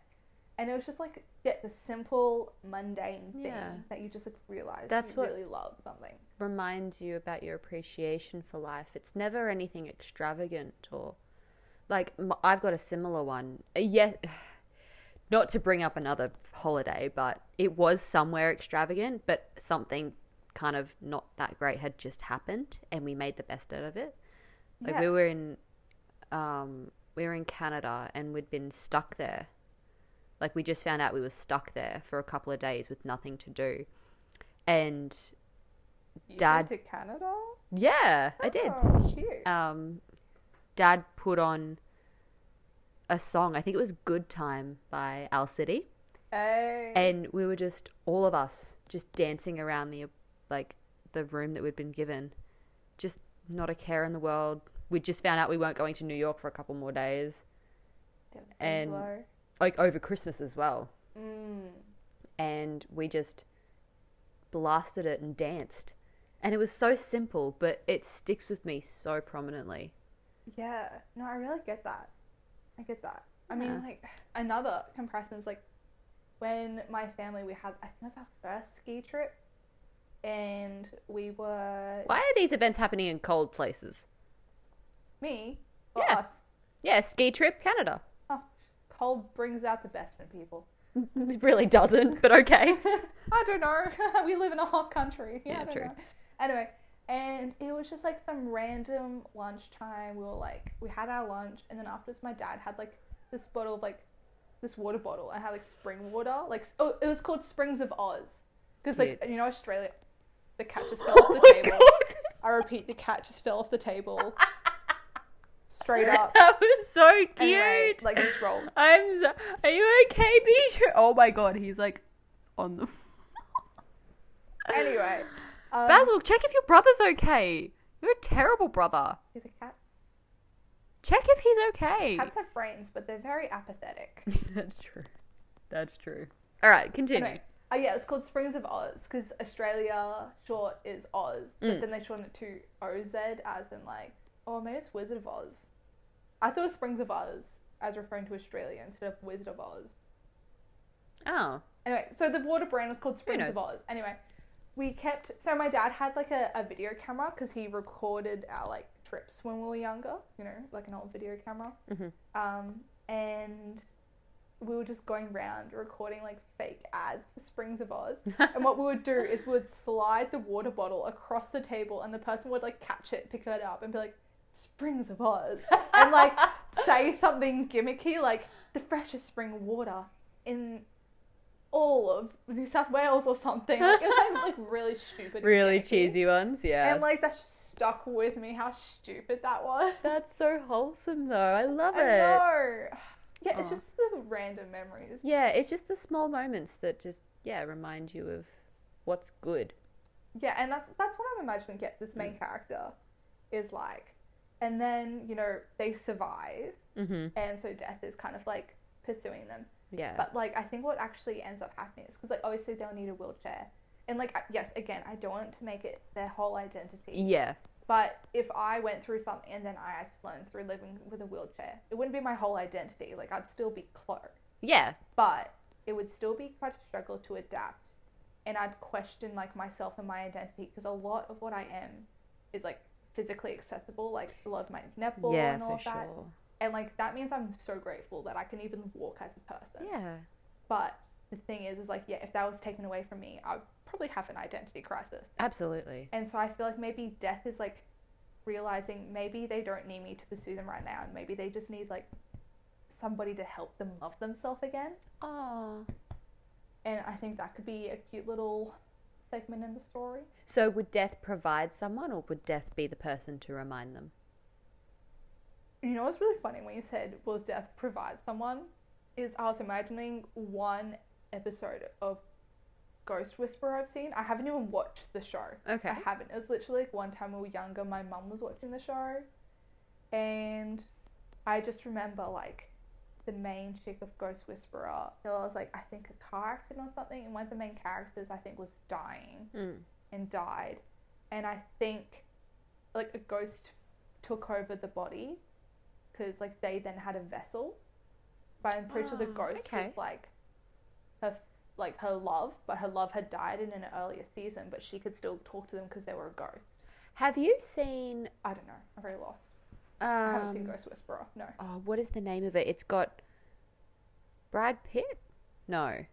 Speaker 2: And it was just like yeah, the simple mundane thing
Speaker 1: Yeah.
Speaker 2: that you just like realize
Speaker 1: That's
Speaker 2: you
Speaker 1: what-
Speaker 2: really love something.
Speaker 1: reminds you about your appreciation for life. It's never anything extravagant or like m- I've got a similar one. Uh, Yes, not to bring up another holiday, but it was somewhere extravagant, but something kind of not that great had just happened, and we made the best out of it. Like we
Speaker 2: Yeah.
Speaker 1: were in, um, we were in Canada, and we'd been stuck there. Like we just found out we were stuck there for a couple of days with nothing to do, and
Speaker 2: You
Speaker 1: Dad-
Speaker 2: went to Canada?
Speaker 1: yeah, I did.
Speaker 2: Oh, cute.
Speaker 1: Um, Dad put on a song. I think it was "Good Time" by Al City,
Speaker 2: Hey.
Speaker 1: and we were just all of us just dancing around the like the room that we'd been given, just not a care in the world. We just found out we weren't going to New York for a couple more days,
Speaker 2: Get the
Speaker 1: and-
Speaker 2: blow.
Speaker 1: like over Christmas as well,
Speaker 2: Mm.
Speaker 1: and we just blasted it and danced. And it was so simple, but it sticks with me so prominently.
Speaker 2: Yeah, no, I really get that. I get that. I
Speaker 1: Yeah.
Speaker 2: mean, like, another comparison is like when my family, we had, I think it was our first ski trip, and we were,
Speaker 1: Why are these events happening in cold places?
Speaker 2: me, or
Speaker 1: Yeah.
Speaker 2: us,
Speaker 1: Yeah, ski trip, Canada.
Speaker 2: oh, cold brings out the best in people.
Speaker 1: It really doesn't, but okay.
Speaker 2: I don't know. we live in a hot country. Yeah,
Speaker 1: Yeah,
Speaker 2: I don't
Speaker 1: true.
Speaker 2: know. Anyway, and it was just like some random lunchtime. We were like, we had our lunch, and then afterwards, my dad had like this bottle of like this water bottle. I had like spring water. Like, s- oh, it was called Springs of Oz. Because, like, you know, Australia, the cat just
Speaker 1: Oh
Speaker 2: fell off the table. I repeat, the cat just fell off the table. Straight up.
Speaker 1: That was so cute.
Speaker 2: Anyway, like, just rolled.
Speaker 1: I'm so. Are you okay, Bijou? Oh my god, he's like on
Speaker 2: Um,
Speaker 1: the.
Speaker 2: Anyway. Um,
Speaker 1: Basil, check if your brother's okay. You're a terrible brother.
Speaker 2: he's a cat.
Speaker 1: Check if he's okay.
Speaker 2: Cats have brains, but they're very apathetic.
Speaker 1: That's true. That's true. All right, continue.
Speaker 2: Anyway, oh yeah, it's called Springs of Oz because Australia short is Oz, but
Speaker 1: Mm.
Speaker 2: then they shorten it to OZ as in like, oh maybe it's Wizard of Oz. I thought it was Springs of Oz as referring to Australia instead of Wizard of Oz.
Speaker 1: Oh,
Speaker 2: Anyway, so the water brand was called Springs
Speaker 1: knows?
Speaker 2: of Oz. Anyway, we kept so my dad had like a, a video camera because he recorded our like trips when we were younger, you know, like an old video camera.
Speaker 1: Mhm.
Speaker 2: Um, and we were just going round recording like fake ads for Springs of Oz. and what we would do is we would slide the water bottle across the table, and the person would like catch it, pick it up, and be like, "Springs of Oz," and like say something gimmicky like the freshest spring water in all of New South Wales or something. Like, it was something like really stupid, and
Speaker 1: really
Speaker 2: gimmicky.
Speaker 1: cheesy ones, yeah.
Speaker 2: And like that's just stuck with me how stupid that was.
Speaker 1: That's so wholesome, though. I love
Speaker 2: I
Speaker 1: it.
Speaker 2: know. Yeah, it's
Speaker 1: Aw.
Speaker 2: just the random memories.
Speaker 1: Yeah, it's just the small moments that just yeah remind you of what's good. Mm.
Speaker 2: Yeah, and that's that's what I'm imagining. Get this main character is like and then you know they survive,
Speaker 1: Mm-hmm.
Speaker 2: and so death is kind of like pursuing them.
Speaker 1: Yeah.
Speaker 2: But like, I think what actually ends up happening is because like obviously they'll need a wheelchair, and like I- yes, again, I don't want to make it their whole identity.
Speaker 1: yeah.
Speaker 2: But if I went through something and then I had to learn through living with a wheelchair, it wouldn't be my whole identity. Like I'd still be Chloe,
Speaker 1: Yeah.
Speaker 2: but it would still be quite a struggle to adapt, and I'd question like myself and my identity because a lot of what I am is like physically accessible, like a lot of my nipple
Speaker 1: yeah,
Speaker 2: and all
Speaker 1: for
Speaker 2: of that,
Speaker 1: sure.
Speaker 2: and like that means I'm so grateful that I can even walk as a person.
Speaker 1: Yeah.
Speaker 2: But the thing is, is like, yeah, if that was taken away from me, I'd probably have an identity crisis.
Speaker 1: Absolutely.
Speaker 2: And so I feel like maybe death is like realizing maybe they don't need me to pursue them right now, and maybe they just need like somebody to help them love themselves again.
Speaker 1: Oh.
Speaker 2: And I think that could be a cute little segment in the story.
Speaker 1: So would death provide someone, or would death be the person to remind them?
Speaker 2: You know what's really funny when you said, "Will death provide someone?" Is I was imagining one episode of Ghost Whisperer I've seen. I haven't even watched the show.
Speaker 1: Okay.
Speaker 2: I haven't. It was literally like one time we were younger, my mum was watching the show, and I just remember like the main chick of Ghost Whisperer. There was like I think a car accident or something, and one of the main characters I think was dying
Speaker 1: Mm.
Speaker 2: and died, and I think like a ghost took over the body because like they then had a vessel, but I'm pretty sure the
Speaker 1: Ah,
Speaker 2: ghost
Speaker 1: okay.
Speaker 2: was like her like her love, but her love had died in an earlier season, but she could still talk to them because they were a ghost.
Speaker 1: Have you seen?
Speaker 2: I don't know. I'm very lost.
Speaker 1: Um,
Speaker 2: I haven't seen Ghost Whisperer. No.
Speaker 1: oh, what is the name of it? It's got Brad Pitt. No,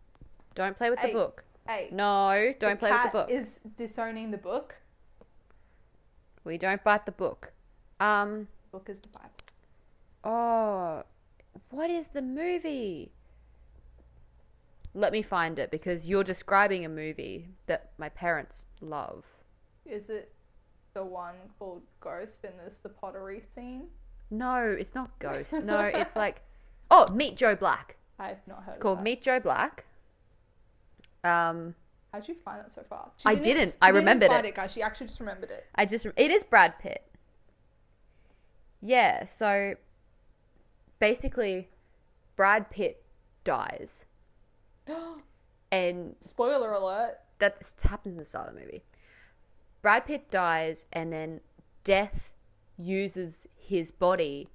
Speaker 1: don't play with the
Speaker 2: Hey.
Speaker 1: book.
Speaker 2: Hey,
Speaker 1: No, don't play with
Speaker 2: cat
Speaker 1: the book.
Speaker 2: Is disowning the book.
Speaker 1: We don't bite the book. Um.
Speaker 2: Book is the Bible.
Speaker 1: Oh, what is the movie? Let me find it because you're describing a movie that my parents love.
Speaker 2: Is it the one called Ghost and there's the pottery scene?
Speaker 1: No, it's not Ghost. No, it's like oh, Meet Joe Black.
Speaker 2: I've not heard.
Speaker 1: It's called
Speaker 2: of that.
Speaker 1: Meet Joe Black. Um,
Speaker 2: How'd you find that so fast?
Speaker 1: I
Speaker 2: even-
Speaker 1: didn't.
Speaker 2: she
Speaker 1: I
Speaker 2: even
Speaker 1: remembered
Speaker 2: find
Speaker 1: it.
Speaker 2: guys. She actually just remembered it.
Speaker 1: I just it is Brad Pitt. Yeah, so basically Brad Pitt dies and
Speaker 2: Spoiler alert.
Speaker 1: that s- happens in the start of the movie. Brad Pitt dies, and then death uses his body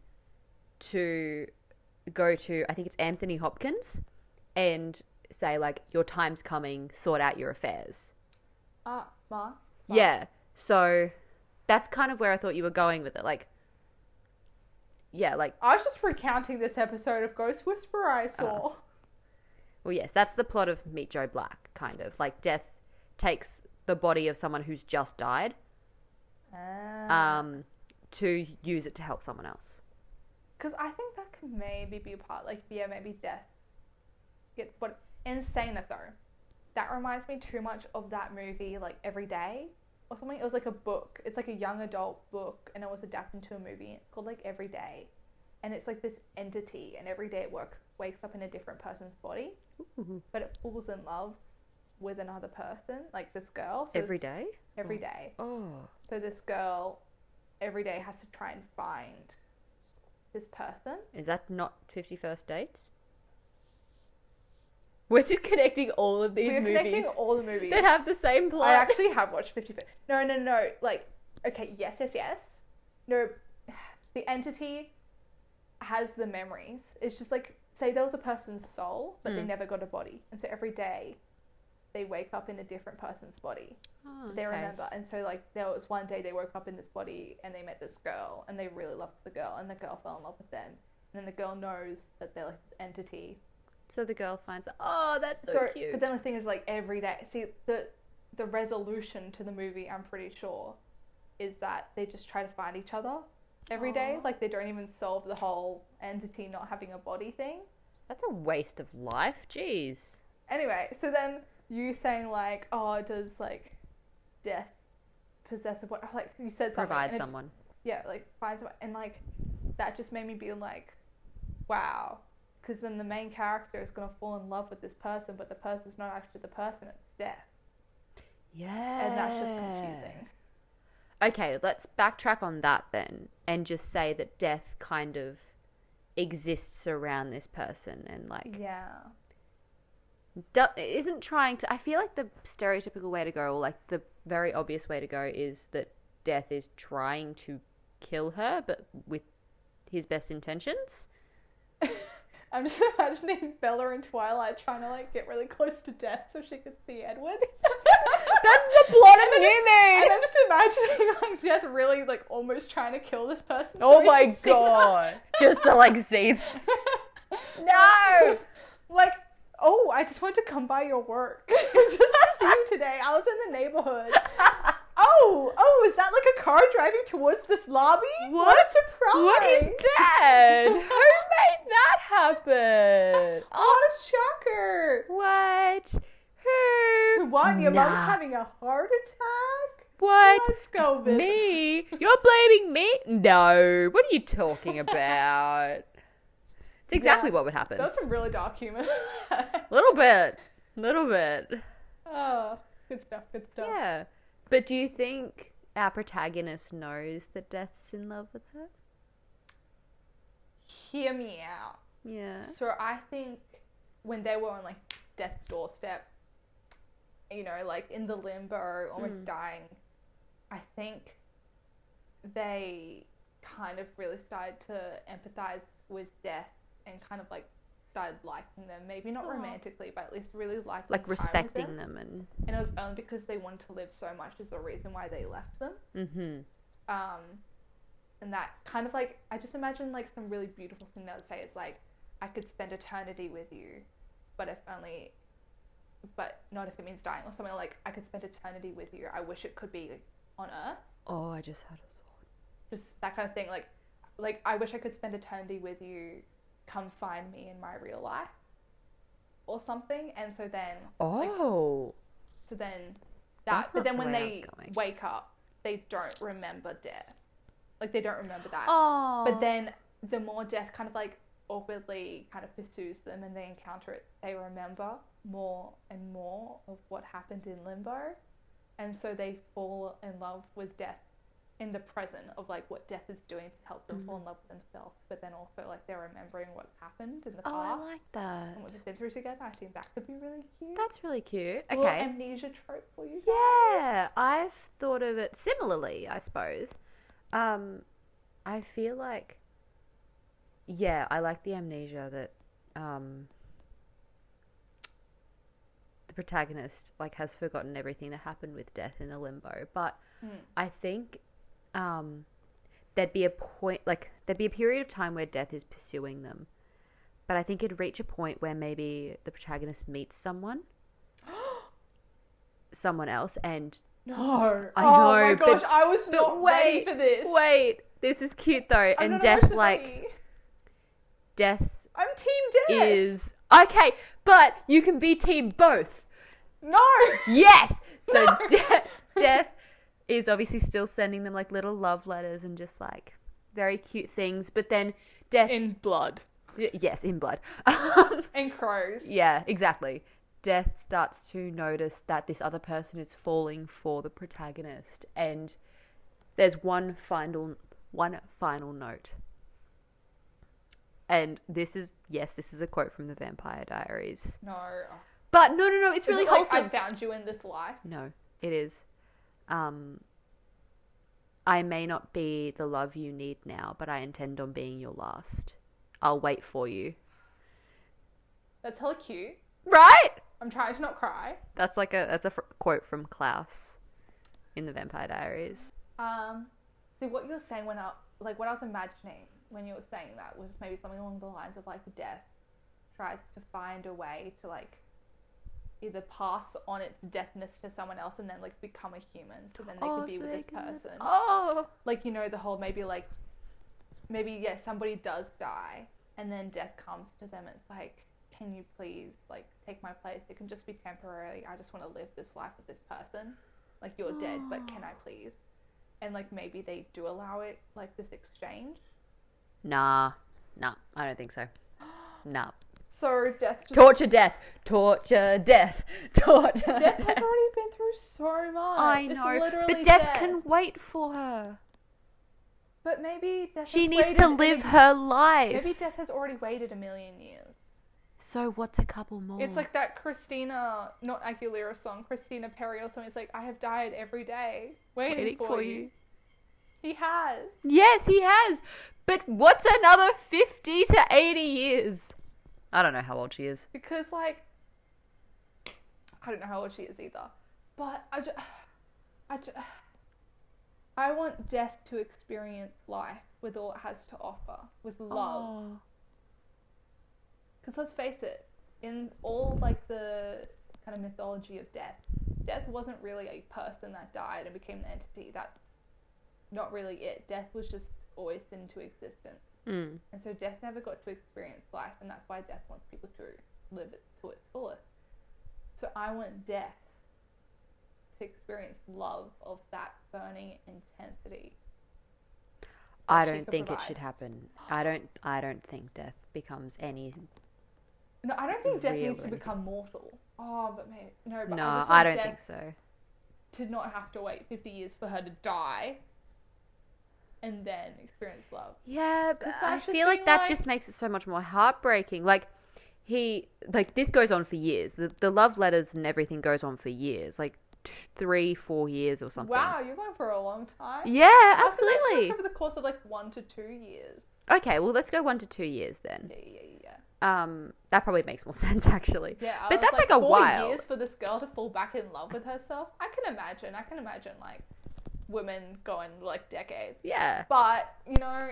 Speaker 1: to go to, I think it's Anthony Hopkins, and say, like, your time's coming, sort out your affairs.
Speaker 2: Ah, smart.
Speaker 1: Yeah. So that's kind of where I thought you were going with it. Like, yeah, like,
Speaker 2: I was just recounting this episode of Ghost Whisperer I saw.
Speaker 1: well, yes, that's the plot of Meet Joe Black, kind of. Like, death takes the body of someone who's just died
Speaker 2: Ah.
Speaker 1: um, to use it to help someone else.
Speaker 2: Because I think that could maybe be a part, like, yeah, maybe death gets what. And saying that though, that reminds me too much of that movie, like, Every Day or something. It was like a book. It's like a young adult book, and it was adapted to a movie. It's called, like, Every Day. And it's like this entity, and every day it works, wakes up in a different person's body,
Speaker 1: Mm-hmm.
Speaker 2: but it falls in love with another person, like this girl. So
Speaker 1: Every
Speaker 2: this-
Speaker 1: day?
Speaker 2: Every day.
Speaker 1: Oh.
Speaker 2: So this girl every day has to try and find this person.
Speaker 1: Is that not 51st Dates? We're just connecting all of these
Speaker 2: We're
Speaker 1: movies
Speaker 2: connecting all the movies.
Speaker 1: that have the same plot.
Speaker 2: I actually have watched 50 Fit. No, no, no. Like, okay, yes, yes, yes. No, the entity has the memories. It's just like, say there was a person's soul, but
Speaker 1: Hmm.
Speaker 2: they never got a body. And so every day they wake up in a different person's body.
Speaker 1: Oh,
Speaker 2: They
Speaker 1: okay.
Speaker 2: remember. And so, like, there was one day they woke up in this body and they met this girl and they really loved the girl and the girl fell in love with them. And then the girl knows that they're like this entity
Speaker 1: So the girl finds, oh, that's so,
Speaker 2: so,
Speaker 1: cute.
Speaker 2: but then the thing is like every day see the the resolution to the movie i'm pretty sure is that they just try to find each other every day.
Speaker 1: Aw.
Speaker 2: like they don't even solve the whole entity not having a body thing
Speaker 1: That's a waste of life. Jeez.
Speaker 2: anyway so then you saying like oh does like death possess a body like you said something
Speaker 1: Provide
Speaker 2: and it just-
Speaker 1: someone.
Speaker 2: yeah like find someone and like that just made me be like wow because then the main character is going to fall in love with this person but the person's not actually the person it's death
Speaker 1: Yeah. Eh,
Speaker 2: and that's just confusing.
Speaker 1: Okay, let's backtrack on that then and just say that death kind of exists around this person and like
Speaker 2: Yeah.
Speaker 1: do- isn't trying to I feel like the stereotypical way to go or like the very obvious way to go is that death is trying to kill her but with his best intentions.
Speaker 2: I'm just imagining Bella and Twilight trying to like get really close to death so she could see Edward.
Speaker 1: That's the plot of
Speaker 2: And then
Speaker 1: New
Speaker 2: just-
Speaker 1: Moon.
Speaker 2: And I'm just imagining like death really like almost trying to kill this person. so
Speaker 1: Oh
Speaker 2: he
Speaker 1: my
Speaker 2: can see
Speaker 1: god. Just to like see
Speaker 2: them.
Speaker 1: No.
Speaker 2: like, oh, I just wanted to come by your work just to see you today. I was in the neighborhood. Oh, oh, is that like a car driving towards this lobby? What,
Speaker 1: What?
Speaker 2: a surprise!
Speaker 1: What is that? Who made that happen?
Speaker 2: What a shocker!
Speaker 1: What? Who?
Speaker 2: What? Your mom's
Speaker 1: Nah.
Speaker 2: having a heart attack?
Speaker 1: What?
Speaker 2: Let's go, Viz.
Speaker 1: Me? You're blaming me? No. What are you talking about? It's exactly
Speaker 2: Yeah.
Speaker 1: what would happen.
Speaker 2: That was some really dark humor.
Speaker 1: little bit. Little bit.
Speaker 2: oh, good stuff, good stuff.
Speaker 1: Yeah. But do you think our protagonist knows that Death's in love with her?
Speaker 2: Hear me out.
Speaker 1: Yeah.
Speaker 2: So I think when they were on like death's doorstep, you know, like in the limbo, almost
Speaker 1: Mm.
Speaker 2: dying, I think they kind of really started to empathize with death and kind of like started liking them. Maybe not
Speaker 1: Aw.
Speaker 2: romantically, but at least really liking
Speaker 1: Like
Speaker 2: time with
Speaker 1: respecting
Speaker 2: them.
Speaker 1: them and.
Speaker 2: And it was only because they wanted to live so much is the reason why they left them
Speaker 1: Mm-hmm.
Speaker 2: um, and that kind of like I just imagine like some really beautiful thing that would say is like I could spend eternity with you, but if only, but not if it means dying or something like I could spend eternity with you. I wish it could be on Earth,
Speaker 1: Oh, I just had a
Speaker 2: just that kind of thing. Like, like I wish I could spend eternity with you. Come find me in my real life, or something. And so then,
Speaker 1: Oh.
Speaker 2: so then
Speaker 1: That's
Speaker 2: that.
Speaker 1: not
Speaker 2: But then
Speaker 1: the
Speaker 2: when
Speaker 1: way I
Speaker 2: they
Speaker 1: was going.
Speaker 2: wake up, they don't remember death. Like they don't remember that.
Speaker 1: oh.
Speaker 2: But then the more death kind of like awkwardly kind of pursues them and they encounter it, they remember more and more of what happened in limbo. And so they fall in love with death in the present of like what death is doing to help
Speaker 1: Mm.
Speaker 2: them fall in love with themselves, but then also like they're remembering what's happened in the
Speaker 1: Oh, I
Speaker 2: past
Speaker 1: like that.
Speaker 2: and what they've been through together. I think that could be really cute.
Speaker 1: That's really cute.
Speaker 2: A little
Speaker 1: Okay.
Speaker 2: amnesia trope for you.
Speaker 1: Yeah, I've thought of it similarly, I suppose. Um, I feel like, yeah, I like the amnesia that um, the protagonist like has forgotten everything that happened with death in the limbo. But
Speaker 2: Mm.
Speaker 1: I think um, there'd be a point, like there'd be a period of time where death is pursuing them. But I think it'd reach a point where maybe the protagonist meets someone, someone else, and
Speaker 2: no.
Speaker 1: I
Speaker 2: oh my
Speaker 1: know, but-
Speaker 2: gosh, I was
Speaker 1: but
Speaker 2: not ready
Speaker 1: wait,
Speaker 2: for this.
Speaker 1: Wait, this is cute though.
Speaker 2: I'm
Speaker 1: and
Speaker 2: not
Speaker 1: death, like
Speaker 2: emotionally.
Speaker 1: death
Speaker 2: I'm team death.
Speaker 1: is okay, but you can be team both.
Speaker 2: No.
Speaker 1: Yes. So
Speaker 2: No.
Speaker 1: death, death is obviously still sending them like little love letters and just like very cute things, but then death,
Speaker 2: In blood.
Speaker 1: y- yes, in blood.
Speaker 2: And crows.
Speaker 1: yeah, exactly. Death starts to notice that this other person is falling for the protagonist, and there's one final one final note. And this is yes, this is a quote from the Vampire Diaries.
Speaker 2: No.
Speaker 1: But no, no, no, it's really
Speaker 2: Is it like,
Speaker 1: wholesome.
Speaker 2: I found you in this life.
Speaker 1: No, it is. Um, I may not be the love you need now, but I intend on being your last. I'll wait for you.
Speaker 2: That's hella cute.
Speaker 1: Right?
Speaker 2: I'm trying to not cry.
Speaker 1: That's like a that's a fr- quote from Klaus in the Vampire Diaries.
Speaker 2: Um, so what you were saying when I like what I was imagining when you were saying that was maybe something along the lines of like death tries to find a way to like either pass on its deathness to someone else and then like become a human so then they could be with this person.
Speaker 1: Oh,
Speaker 2: like you know the whole maybe like maybe yeah somebody does die and then death comes to them it's like can you please like take my place it can just be temporary i just want to live this life with this person like you're dead but can i please and like maybe they do allow it like this exchange
Speaker 1: nah, nah. I don't think so. Nah.
Speaker 2: So death just
Speaker 1: Torture death. Torture death. Torture
Speaker 2: Death has already been through so much.
Speaker 1: I
Speaker 2: It's
Speaker 1: know.
Speaker 2: literally
Speaker 1: But death, can wait for her.
Speaker 2: But maybe death
Speaker 1: She
Speaker 2: has
Speaker 1: needs
Speaker 2: waited
Speaker 1: to
Speaker 2: an
Speaker 1: live
Speaker 2: ex-
Speaker 1: her life.
Speaker 2: Maybe death has already waited a million years.
Speaker 1: So what's a couple more?
Speaker 2: It's like that Christina, not Aguilera song, Christina Perry or something. It's like I have died every day waiting, for, you. He has.
Speaker 1: Yes, he has. But what's another 50 to 80 years? I don't know how old she is.
Speaker 2: Because, like, I don't know how old she is either. But I just, I just, I want death to experience life with all it has to offer, with love. Because let's face it, in all, like, the kind of mythology of death, death wasn't really a person that died and became an entity. That's not really it. Death was just always into existence.
Speaker 1: Mm.
Speaker 2: And so death never got to experience life, and that's why death wants people to live it to its fullest. So I want death to experience love of that burning intensity.
Speaker 1: I
Speaker 2: she
Speaker 1: don't
Speaker 2: could
Speaker 1: think it
Speaker 2: provide.
Speaker 1: should happen. I don't I don't think death becomes any
Speaker 2: No, I don't think death
Speaker 1: Real
Speaker 2: needs to
Speaker 1: and- become
Speaker 2: become mortal. Oh, but maybe, no, but
Speaker 1: No,
Speaker 2: I
Speaker 1: I,
Speaker 2: just want
Speaker 1: don't
Speaker 2: death
Speaker 1: think so.
Speaker 2: to not have to wait 50 years for her to die and then experience love.
Speaker 1: Yeah, but
Speaker 2: 'Cause
Speaker 1: I
Speaker 2: that's just
Speaker 1: feel like
Speaker 2: being
Speaker 1: that
Speaker 2: like-
Speaker 1: just makes it so much more heartbreaking. Like he like this goes on for years. The the love letters and everything goes on for years. Like t- 3 4 years or something.
Speaker 2: Wow, you're going for a long time.
Speaker 1: Yeah,
Speaker 2: That's actually
Speaker 1: absolutely.
Speaker 2: Over the course of like one to two years.
Speaker 1: Okay, well let's go 1 to 2 years then.
Speaker 2: Yeah, yeah, yeah, yeah.
Speaker 1: Um, that probably makes more sense actually.
Speaker 2: Yeah, I
Speaker 1: but
Speaker 2: was
Speaker 1: that's like,
Speaker 2: like,
Speaker 1: a
Speaker 2: four
Speaker 1: while.
Speaker 2: years for this girl to fall back in love with herself. I can imagine. I can imagine like women going like decades,
Speaker 1: Yeah,
Speaker 2: but you know,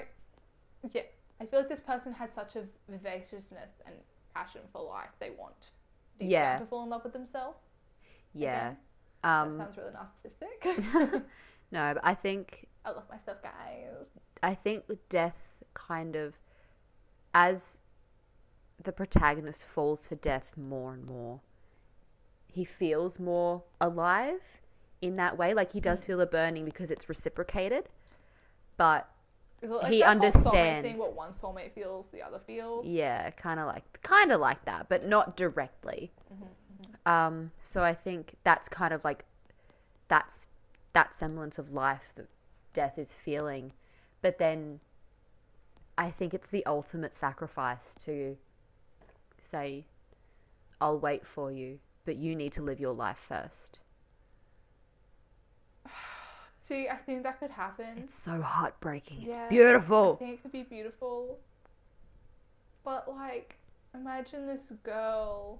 Speaker 2: yeah, I feel like this person has such a vivaciousness and passion for life. They want deep down
Speaker 1: Yeah.
Speaker 2: to fall in love with themselves.
Speaker 1: yeah.
Speaker 2: That
Speaker 1: Um,
Speaker 2: sounds really narcissistic.
Speaker 1: no, but I think
Speaker 2: I love myself, guys.
Speaker 1: I think with death kind of as the protagonist falls for death more and more, he feels more alive in that way. Like he does feel the burning because it's reciprocated, but
Speaker 2: Is it like
Speaker 1: He
Speaker 2: that whole soulmate
Speaker 1: understands.
Speaker 2: Thing, what one soulmate feels, the other feels.
Speaker 1: Yeah, kind of like kind of like that, but not directly.
Speaker 2: Mm-hmm,
Speaker 1: Um, so I think that's kind of like that's that semblance of life that death is feeling, but then I think it's the ultimate sacrifice to say, "I'll wait for you, but you need to live your life first.
Speaker 2: See, I think that could happen.
Speaker 1: It's so heartbreaking.
Speaker 2: Mm. Yeah.
Speaker 1: It's beautiful.
Speaker 2: I think it could be beautiful. But like, imagine this girl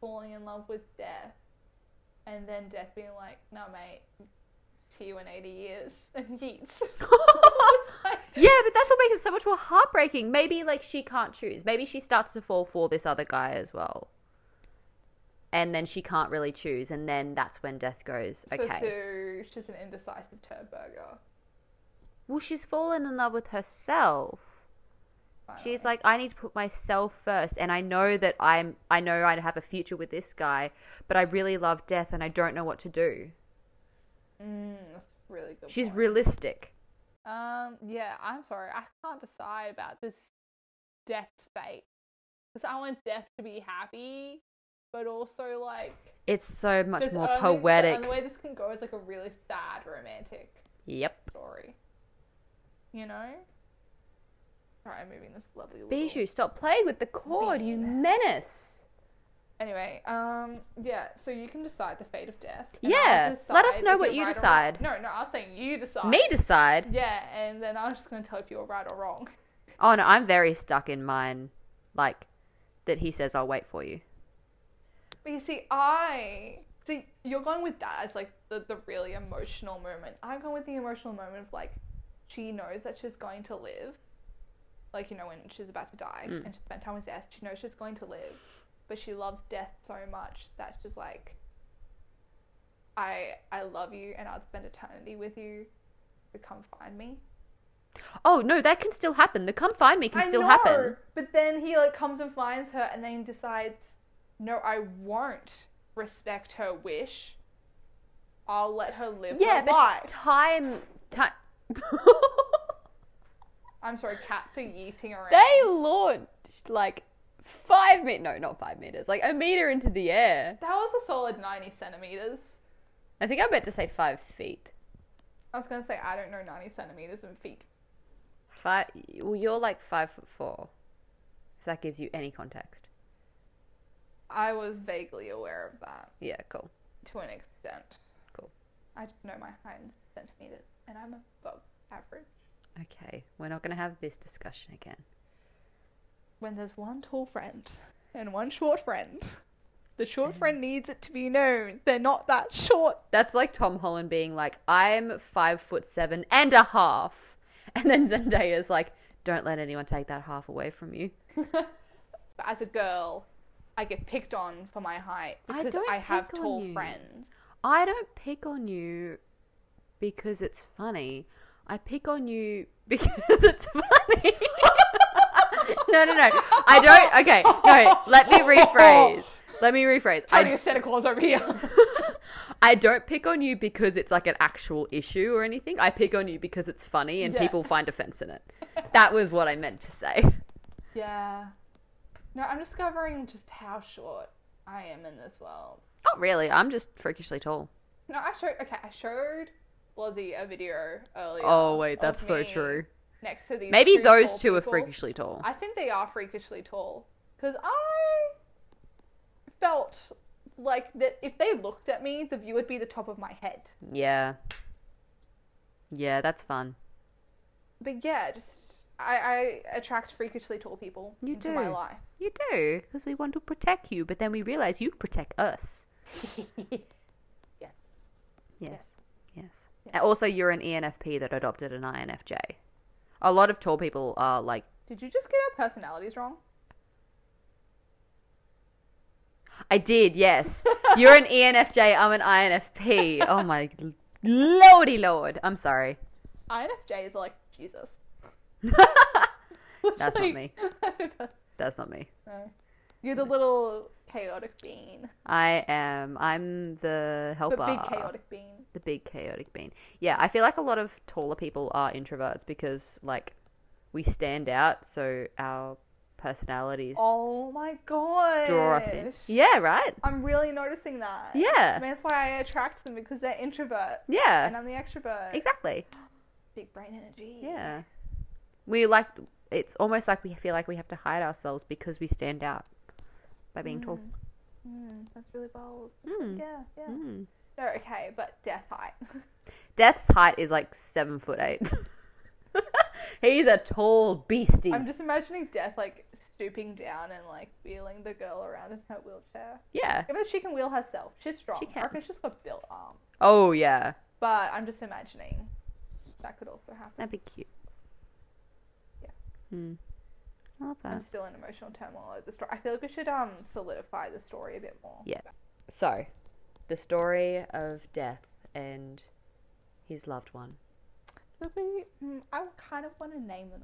Speaker 2: falling in love with death, and then death being like, "No, mate, see you in eighty years," and yeets. It's like,
Speaker 1: Yeah, but that's what makes it so much more heartbreaking. Maybe like she can't choose. Maybe she starts to fall for this other guy as well. And then she can't really choose, and then that's when death goes.
Speaker 2: so,
Speaker 1: Okay.
Speaker 2: so she's an indecisive turd burger.
Speaker 1: Well, she's fallen in love with herself. She's like, I need to put myself first, and I know that I'm. I know I have a future with this guy, but I really love death, and I don't know what to do.
Speaker 2: mm, that's a really good.
Speaker 1: She's
Speaker 2: point.
Speaker 1: realistic.
Speaker 2: Um, yeah, I'm sorry. I can't decide about this death's fate. Because I want death to be happy, but also, like,
Speaker 1: It's so much
Speaker 2: there's
Speaker 1: more
Speaker 2: only-
Speaker 1: poetic.
Speaker 2: The only way this can go is, like, a really sad romantic
Speaker 1: Yep.
Speaker 2: story. You know? Sorry, I'm moving this lovely little...
Speaker 1: Bijou, stop playing with the cord, you
Speaker 2: Bean.
Speaker 1: menace.
Speaker 2: Anyway, um, yeah, so you can decide the fate of death. and I'll
Speaker 1: Yeah, let us
Speaker 2: decide
Speaker 1: know
Speaker 2: if
Speaker 1: what
Speaker 2: you're
Speaker 1: you
Speaker 2: right or
Speaker 1: decide.
Speaker 2: wrong. No, no, I was saying you decide.
Speaker 1: Me decide.
Speaker 2: Yeah, and then I was just going to tell if you were right or wrong.
Speaker 1: Oh no, I'm very stuck in mine. Like that he says I'll wait for you.
Speaker 2: But you see, I see you're going with that as like the, the really emotional moment. I'm going with the emotional moment of like she knows that she's going to live. Like, you know, when she's about to die and she spent time with death, she knows she's going to live. But she loves death so much that she's like I I love you and I'll spend eternity with you. So come find me.
Speaker 1: Oh no, that can still happen. The come find me can
Speaker 2: I
Speaker 1: still
Speaker 2: know,
Speaker 1: happen.
Speaker 2: But then he like comes and finds her and then decides, no, I won't respect her wish. I'll let her live
Speaker 1: Yeah,
Speaker 2: her
Speaker 1: but
Speaker 2: life.
Speaker 1: time time
Speaker 2: I'm sorry, cats are yeeting around.
Speaker 1: They launched like five meters. No, not five meters. Like a meter into the air.
Speaker 2: That was a solid 90 centimeters.
Speaker 1: I think I meant to say five feet.
Speaker 2: I was gonna say I don't know 90 centimeters in feet.
Speaker 1: Five. Well, you're like five foot four. If that gives you any context.
Speaker 2: I was vaguely aware of that
Speaker 1: Yeah, cool.
Speaker 2: to an extent.
Speaker 1: Cool.
Speaker 2: I just know my height in centimeters, and I'm above average.
Speaker 1: Okay, we're not going to have this discussion again.
Speaker 2: When there's one tall friend and one short friend, the short friend needs it to be known they're not that short.
Speaker 1: That's like Tom Holland being like, I'm five foot seven and a half. And then Zendaya's like, don't let anyone take that half away from you.
Speaker 2: But as a girl, I get picked on for my height
Speaker 1: I
Speaker 2: because
Speaker 1: don't
Speaker 2: I, have
Speaker 1: pick on
Speaker 2: tall
Speaker 1: you.
Speaker 2: friends.
Speaker 1: I don't pick on you because it's funny. I pick on you because it's funny. no, no, no. I don't. Okay, no. Let me rephrase. Let me rephrase.
Speaker 2: Tony
Speaker 1: I,
Speaker 2: of Santa Claus over here.
Speaker 1: I don't pick on you because it's like an actual issue or anything. I pick on you because it's funny and
Speaker 2: Yeah.
Speaker 1: people find offense in it. That was what I meant to say.
Speaker 2: yeah. No, I'm discovering just how short I am in this world.
Speaker 1: Not really. I'm just freakishly tall.
Speaker 2: No, I showed. Okay, I showed Blozzy a video earlier.
Speaker 1: Oh wait,
Speaker 2: of
Speaker 1: that's so
Speaker 2: me
Speaker 1: true.
Speaker 2: Next to these,
Speaker 1: Maybe
Speaker 2: two
Speaker 1: those
Speaker 2: tall
Speaker 1: two are
Speaker 2: people.
Speaker 1: freakishly tall.
Speaker 2: I think they are freakishly tall because I felt like that if they looked at me, the view would be the top of my head.
Speaker 1: Yeah. Yeah, that's fun.
Speaker 2: But yeah, just I, I attract freakishly tall people
Speaker 1: You
Speaker 2: into my
Speaker 1: do.
Speaker 2: life.
Speaker 1: You do, because we want to protect you, but then we realize you protect us.
Speaker 2: Yes.
Speaker 1: Yes. Yes. And also, you're an E ENFP that adopted an INFJ. A lot of tall people are like.
Speaker 2: Did you just get our personalities wrong?
Speaker 1: I did, yes. You're an E ENFJ, I'm an INFP. Oh my l- lordy lord. I'm sorry.
Speaker 2: INFJs are like Jesus.
Speaker 1: That's not
Speaker 2: Like-
Speaker 1: me. That's not me.
Speaker 2: No. You're the little chaotic bean,
Speaker 1: I am. I'm the helper.
Speaker 2: but big chaotic bean.
Speaker 1: the big chaotic bean. Yeah, I feel like a lot of taller people are introverts because like we stand out, so our personalities
Speaker 2: Oh my god.
Speaker 1: draw us in. Yeah, right.
Speaker 2: I'm really noticing that. I
Speaker 1: Yeah,
Speaker 2: mean, that's why I attract them because they're introverts and
Speaker 1: yeah,
Speaker 2: I'm the extrovert.
Speaker 1: exactly.
Speaker 2: Big brain energy.
Speaker 1: Yeah, we like. It's almost like we feel like we have to hide ourselves because we stand out by being tall.
Speaker 2: Mm, that's really bold.
Speaker 1: Mm.
Speaker 2: Yeah, yeah.
Speaker 1: Mm.
Speaker 2: No, okay, but death height.
Speaker 1: Death's height is like seven foot eight. He's a tall beastie.
Speaker 2: I'm just imagining death like stooping down and like wheeling the girl around in her wheelchair.
Speaker 1: yeah.
Speaker 2: Even though she can wheel herself, she's strong.
Speaker 1: She
Speaker 2: I
Speaker 1: can.
Speaker 2: reckon she's got built arms.
Speaker 1: Oh yeah.
Speaker 2: But I'm just imagining that could also happen.
Speaker 1: That'd be cute.
Speaker 2: Yeah.
Speaker 1: Hmm. I love
Speaker 2: I'm
Speaker 1: that.
Speaker 2: still in emotional turmoil at the story. I feel like we should um solidify the story a bit more.
Speaker 1: Yeah. So, the story of death and his loved one.
Speaker 2: Look, we, mm, I kind of want to name them.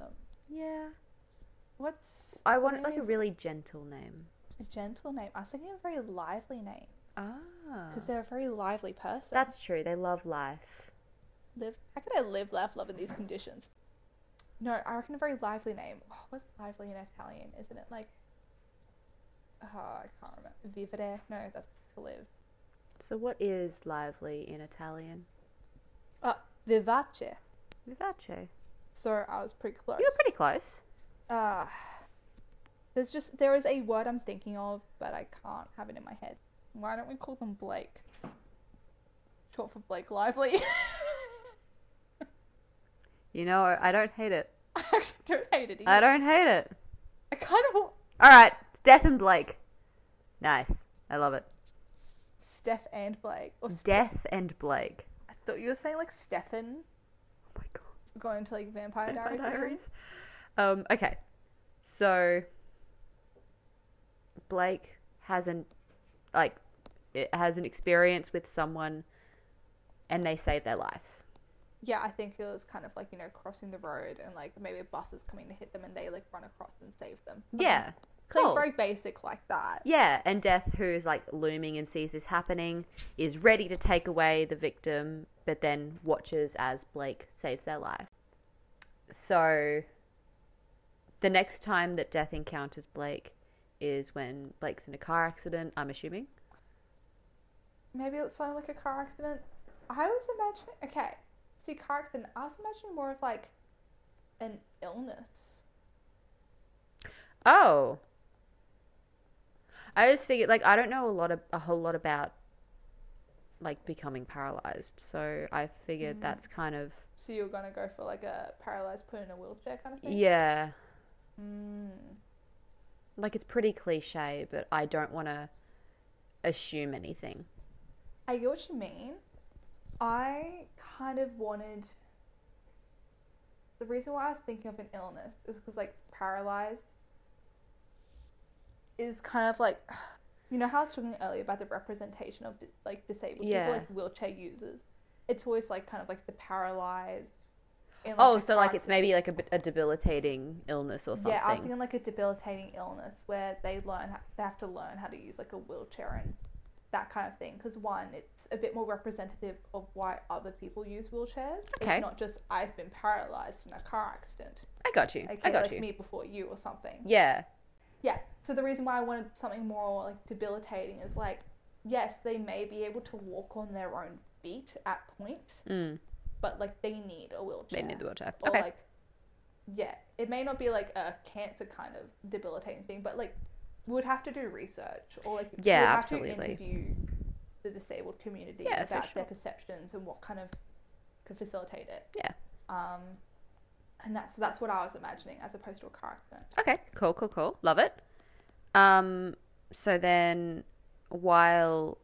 Speaker 1: Yeah.
Speaker 2: What's
Speaker 1: I
Speaker 2: so
Speaker 1: want
Speaker 2: maybe
Speaker 1: like a
Speaker 2: it's
Speaker 1: really gentle name.
Speaker 2: a gentle name? I was thinking a very lively name
Speaker 1: Ah.
Speaker 2: because they're a very lively person.
Speaker 1: That's true. They love life.
Speaker 2: live. How can I live, laugh, love in these conditions? No, I reckon a very lively name. Oh, what's lively in Italian? Isn't it like? Oh, I can't remember. Vivere? No, that's to live.
Speaker 1: So, what is lively in Italian?
Speaker 2: Uh, vivace.
Speaker 1: Vivace.
Speaker 2: So I was pretty close.
Speaker 1: You're pretty close.
Speaker 2: Uh, there's just there is a word I'm thinking of, but I can't have it in my head. Why don't we call them Blake? Short for Blake Lively.
Speaker 1: You know, I don't hate it.
Speaker 2: I actually don't hate it. Either.
Speaker 1: I
Speaker 2: I,
Speaker 1: don't hate it.
Speaker 2: kind of
Speaker 1: All right. Death and Blake. Nice. I love it.
Speaker 2: Steph and Blake. Or Ste-
Speaker 1: Death and Blake.
Speaker 2: I thought you were saying like Stefan
Speaker 1: Oh my god.
Speaker 2: going to like Vampire Diaries. or
Speaker 1: Diaries.
Speaker 2: something.
Speaker 1: Um, okay. So Blake has an like it has an experience with someone and they save their life.
Speaker 2: Yeah, I think it was kind of like you know crossing the road and like maybe a bus is coming to hit them and they like run across and save them.
Speaker 1: Yeah.
Speaker 2: It's, like,
Speaker 1: Cool.
Speaker 2: very basic like that.
Speaker 1: Yeah, and Death, who is like looming and sees this happening, is ready to take away the victim, but then watches as Blake saves their life. So, the next time that Death encounters Blake, is when Blake's in a car accident, I'm assuming.
Speaker 2: Maybe it's something like a car accident. I was imagining. Okay, see, car accident. I was imagining more of like an illness.
Speaker 1: Oh. I just figured like I don't know a lot of a whole lot about like becoming paralyzed. So I figured
Speaker 2: Mm.
Speaker 1: that's kind of
Speaker 2: So you're gonna go for like a paralyzed, put in a wheelchair kind of thing.
Speaker 1: yeah.
Speaker 2: Mm.
Speaker 1: Like it's pretty cliche, but I don't want to assume anything.
Speaker 2: I get what you mean. I kind of wanted. The reason why I was thinking of an illness is because, like, paralyzed is kind of like. You know how I was talking earlier about the representation of, di- like, disabled
Speaker 1: Yeah.
Speaker 2: people, like wheelchair users? It's always, like, kind of like the paralyzed. in,
Speaker 1: Oh,
Speaker 2: a
Speaker 1: so like
Speaker 2: car
Speaker 1: it's maybe like a, bit- a debilitating illness or something.
Speaker 2: Yeah, I was thinking like a debilitating illness where they learn ho- they have to learn how to use like a wheelchair and that kind of thing. Because one, it's a bit more representative of why other people use wheelchairs.
Speaker 1: Okay.
Speaker 2: It's not just I've been paralyzed in a car accident.
Speaker 1: I got you.
Speaker 2: Okay,
Speaker 1: I got
Speaker 2: like
Speaker 1: you.
Speaker 2: me before you or something.
Speaker 1: Yeah.
Speaker 2: Yeah. So the reason why I wanted something more like debilitating is like, yes, they may be able to walk on their own feet at point,
Speaker 1: Mm.
Speaker 2: but like they need
Speaker 1: They
Speaker 2: a wheelchair
Speaker 1: need the wheelchair.
Speaker 2: or
Speaker 1: okay.
Speaker 2: like yeah it may not be like a cancer kind of debilitating thing but like we would have to do research or like we would
Speaker 1: Yeah,
Speaker 2: have to
Speaker 1: absolutely.
Speaker 2: interview the disabled community
Speaker 1: Yeah, for
Speaker 2: about
Speaker 1: sure.
Speaker 2: their perceptions and what kind of could facilitate it
Speaker 1: Yeah.
Speaker 2: um and that's so that's what i was imagining as opposed to a car accident
Speaker 1: Okay, cool, cool, cool. Love it. Um, so then while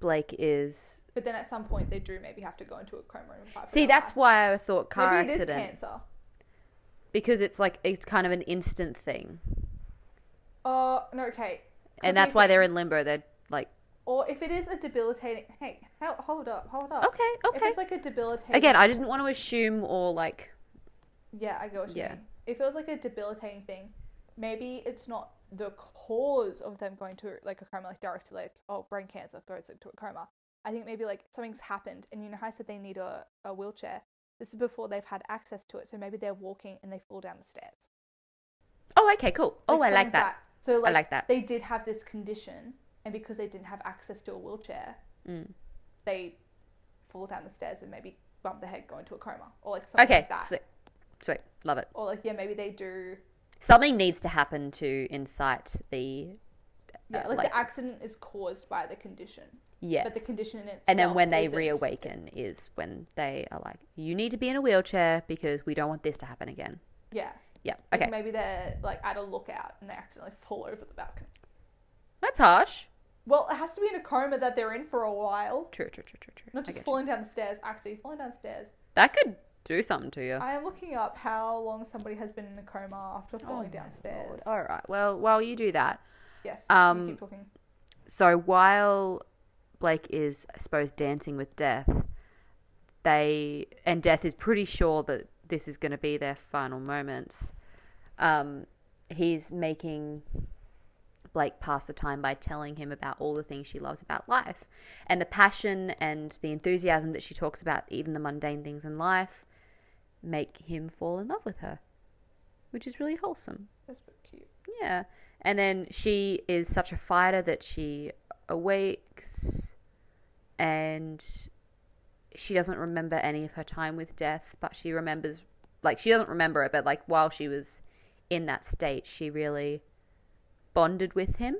Speaker 1: Blake is
Speaker 2: but then at some point they do maybe have to go into a coma and fight for
Speaker 1: See,
Speaker 2: their
Speaker 1: that's
Speaker 2: life.
Speaker 1: why I thought car
Speaker 2: maybe
Speaker 1: accident
Speaker 2: it is cancer
Speaker 1: because it's like it's kind of an instant thing.
Speaker 2: oh no okay Could
Speaker 1: and
Speaker 2: be a
Speaker 1: that's why they're
Speaker 2: thing.
Speaker 1: in limbo. They're like,
Speaker 2: or if it is a debilitating hey hel- hold up hold up
Speaker 1: okay,
Speaker 2: Oh, if
Speaker 1: okay.
Speaker 2: it's like a debilitating
Speaker 1: Again, I didn't want to assume or like
Speaker 2: Yeah, I get what you
Speaker 1: Yeah.
Speaker 2: mean. It feels like a debilitating thing. Maybe it's not the cause of them going to like a coma, like directly, like oh, brain cancer goes into a coma. I think maybe like something's happened, and you know how I said they need a, a wheelchair. This is before they've had access to it, so maybe they're walking and they fall down the stairs.
Speaker 1: Oh, okay, cool. Oh, I
Speaker 2: something
Speaker 1: like that.
Speaker 2: So like,
Speaker 1: like that.
Speaker 2: They did have this condition, and because they didn't have access to a wheelchair,
Speaker 1: Mm.
Speaker 2: they fall down the stairs and maybe bump their head, go into a coma, or like something
Speaker 1: Okay,
Speaker 2: like that.
Speaker 1: sweet. Sweet. Love it.
Speaker 2: Or like yeah, maybe they do
Speaker 1: Something needs to happen to incite the
Speaker 2: Yeah,
Speaker 1: uh,
Speaker 2: like,
Speaker 1: like-
Speaker 2: the accident is caused by the condition,
Speaker 1: yes.
Speaker 2: but the condition in itself.
Speaker 1: and then when they
Speaker 2: isn't.
Speaker 1: reawaken is when they are like, you need to be in a wheelchair because we don't want this to happen again.
Speaker 2: yeah,
Speaker 1: Yeah.
Speaker 2: Like,
Speaker 1: Okay.
Speaker 2: maybe they're like at a lookout and they accidentally fall over the balcony.
Speaker 1: That's harsh.
Speaker 2: Well, it has to be in a coma that they're in for a while,
Speaker 1: True, true, true, true, true. I
Speaker 2: not just
Speaker 1: get you.
Speaker 2: falling down the stairs. Actually, falling down the stairs.
Speaker 1: That could do something to you.
Speaker 2: I am looking up how long somebody has been in a coma after falling
Speaker 1: Oh my
Speaker 2: downstairs.
Speaker 1: All right. Well, while you do that,
Speaker 2: Yes,
Speaker 1: Um,
Speaker 2: you keep talking.
Speaker 1: so while Blake is, I suppose, dancing with death, they and death is pretty sure that this is going to be their final moments. Um, he's making Blake pass the time by telling him about all the things she loves about life and the passion and the enthusiasm that she talks about, even the mundane things in life, make him fall in love with her, which is really wholesome.
Speaker 2: That's pretty cute.
Speaker 1: Yeah. And then she is such a fighter that she awakes and she doesn't remember any of her time with death, but she remembers, like, she doesn't remember it, but, like, while she was in that state, she really bonded with him.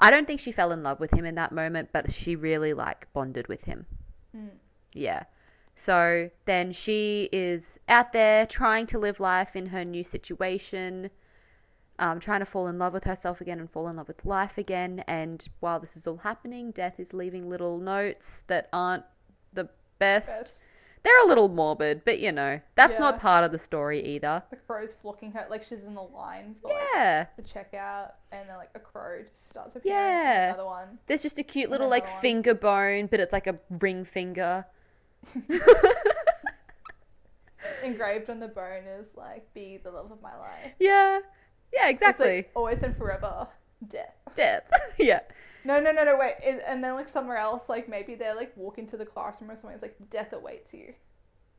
Speaker 1: I don't think she fell in love with him in that moment, but she really, like, bonded with him.
Speaker 2: Mm.
Speaker 1: Yeah. So then she is out there trying to live life in her new situation, um, trying to fall in love with herself again and fall in love with life again. And while this is all happening, Death is leaving little notes that aren't the best.
Speaker 2: Best.
Speaker 1: They're a little morbid, but you know, that's not
Speaker 2: Yeah.
Speaker 1: part of the story either.
Speaker 2: The crow's flocking her, like she's in the line for like,
Speaker 1: Yeah.
Speaker 2: the checkout, and then like a crow just starts appearing. and
Speaker 1: Yeah.
Speaker 2: Another one.
Speaker 1: There's just a cute
Speaker 2: And
Speaker 1: little
Speaker 2: another
Speaker 1: like
Speaker 2: one.
Speaker 1: finger bone, but it's like a ring finger.
Speaker 2: engraved on the bone is like be the love of my life.
Speaker 1: Yeah. Yeah,
Speaker 2: It's,
Speaker 1: exactly.
Speaker 2: like, always and forever. Death.
Speaker 1: Death. yeah.
Speaker 2: No, no, no, no, wait. It, and then like somewhere else, like maybe they're like walking to the classroom or something. It's like death awaits you.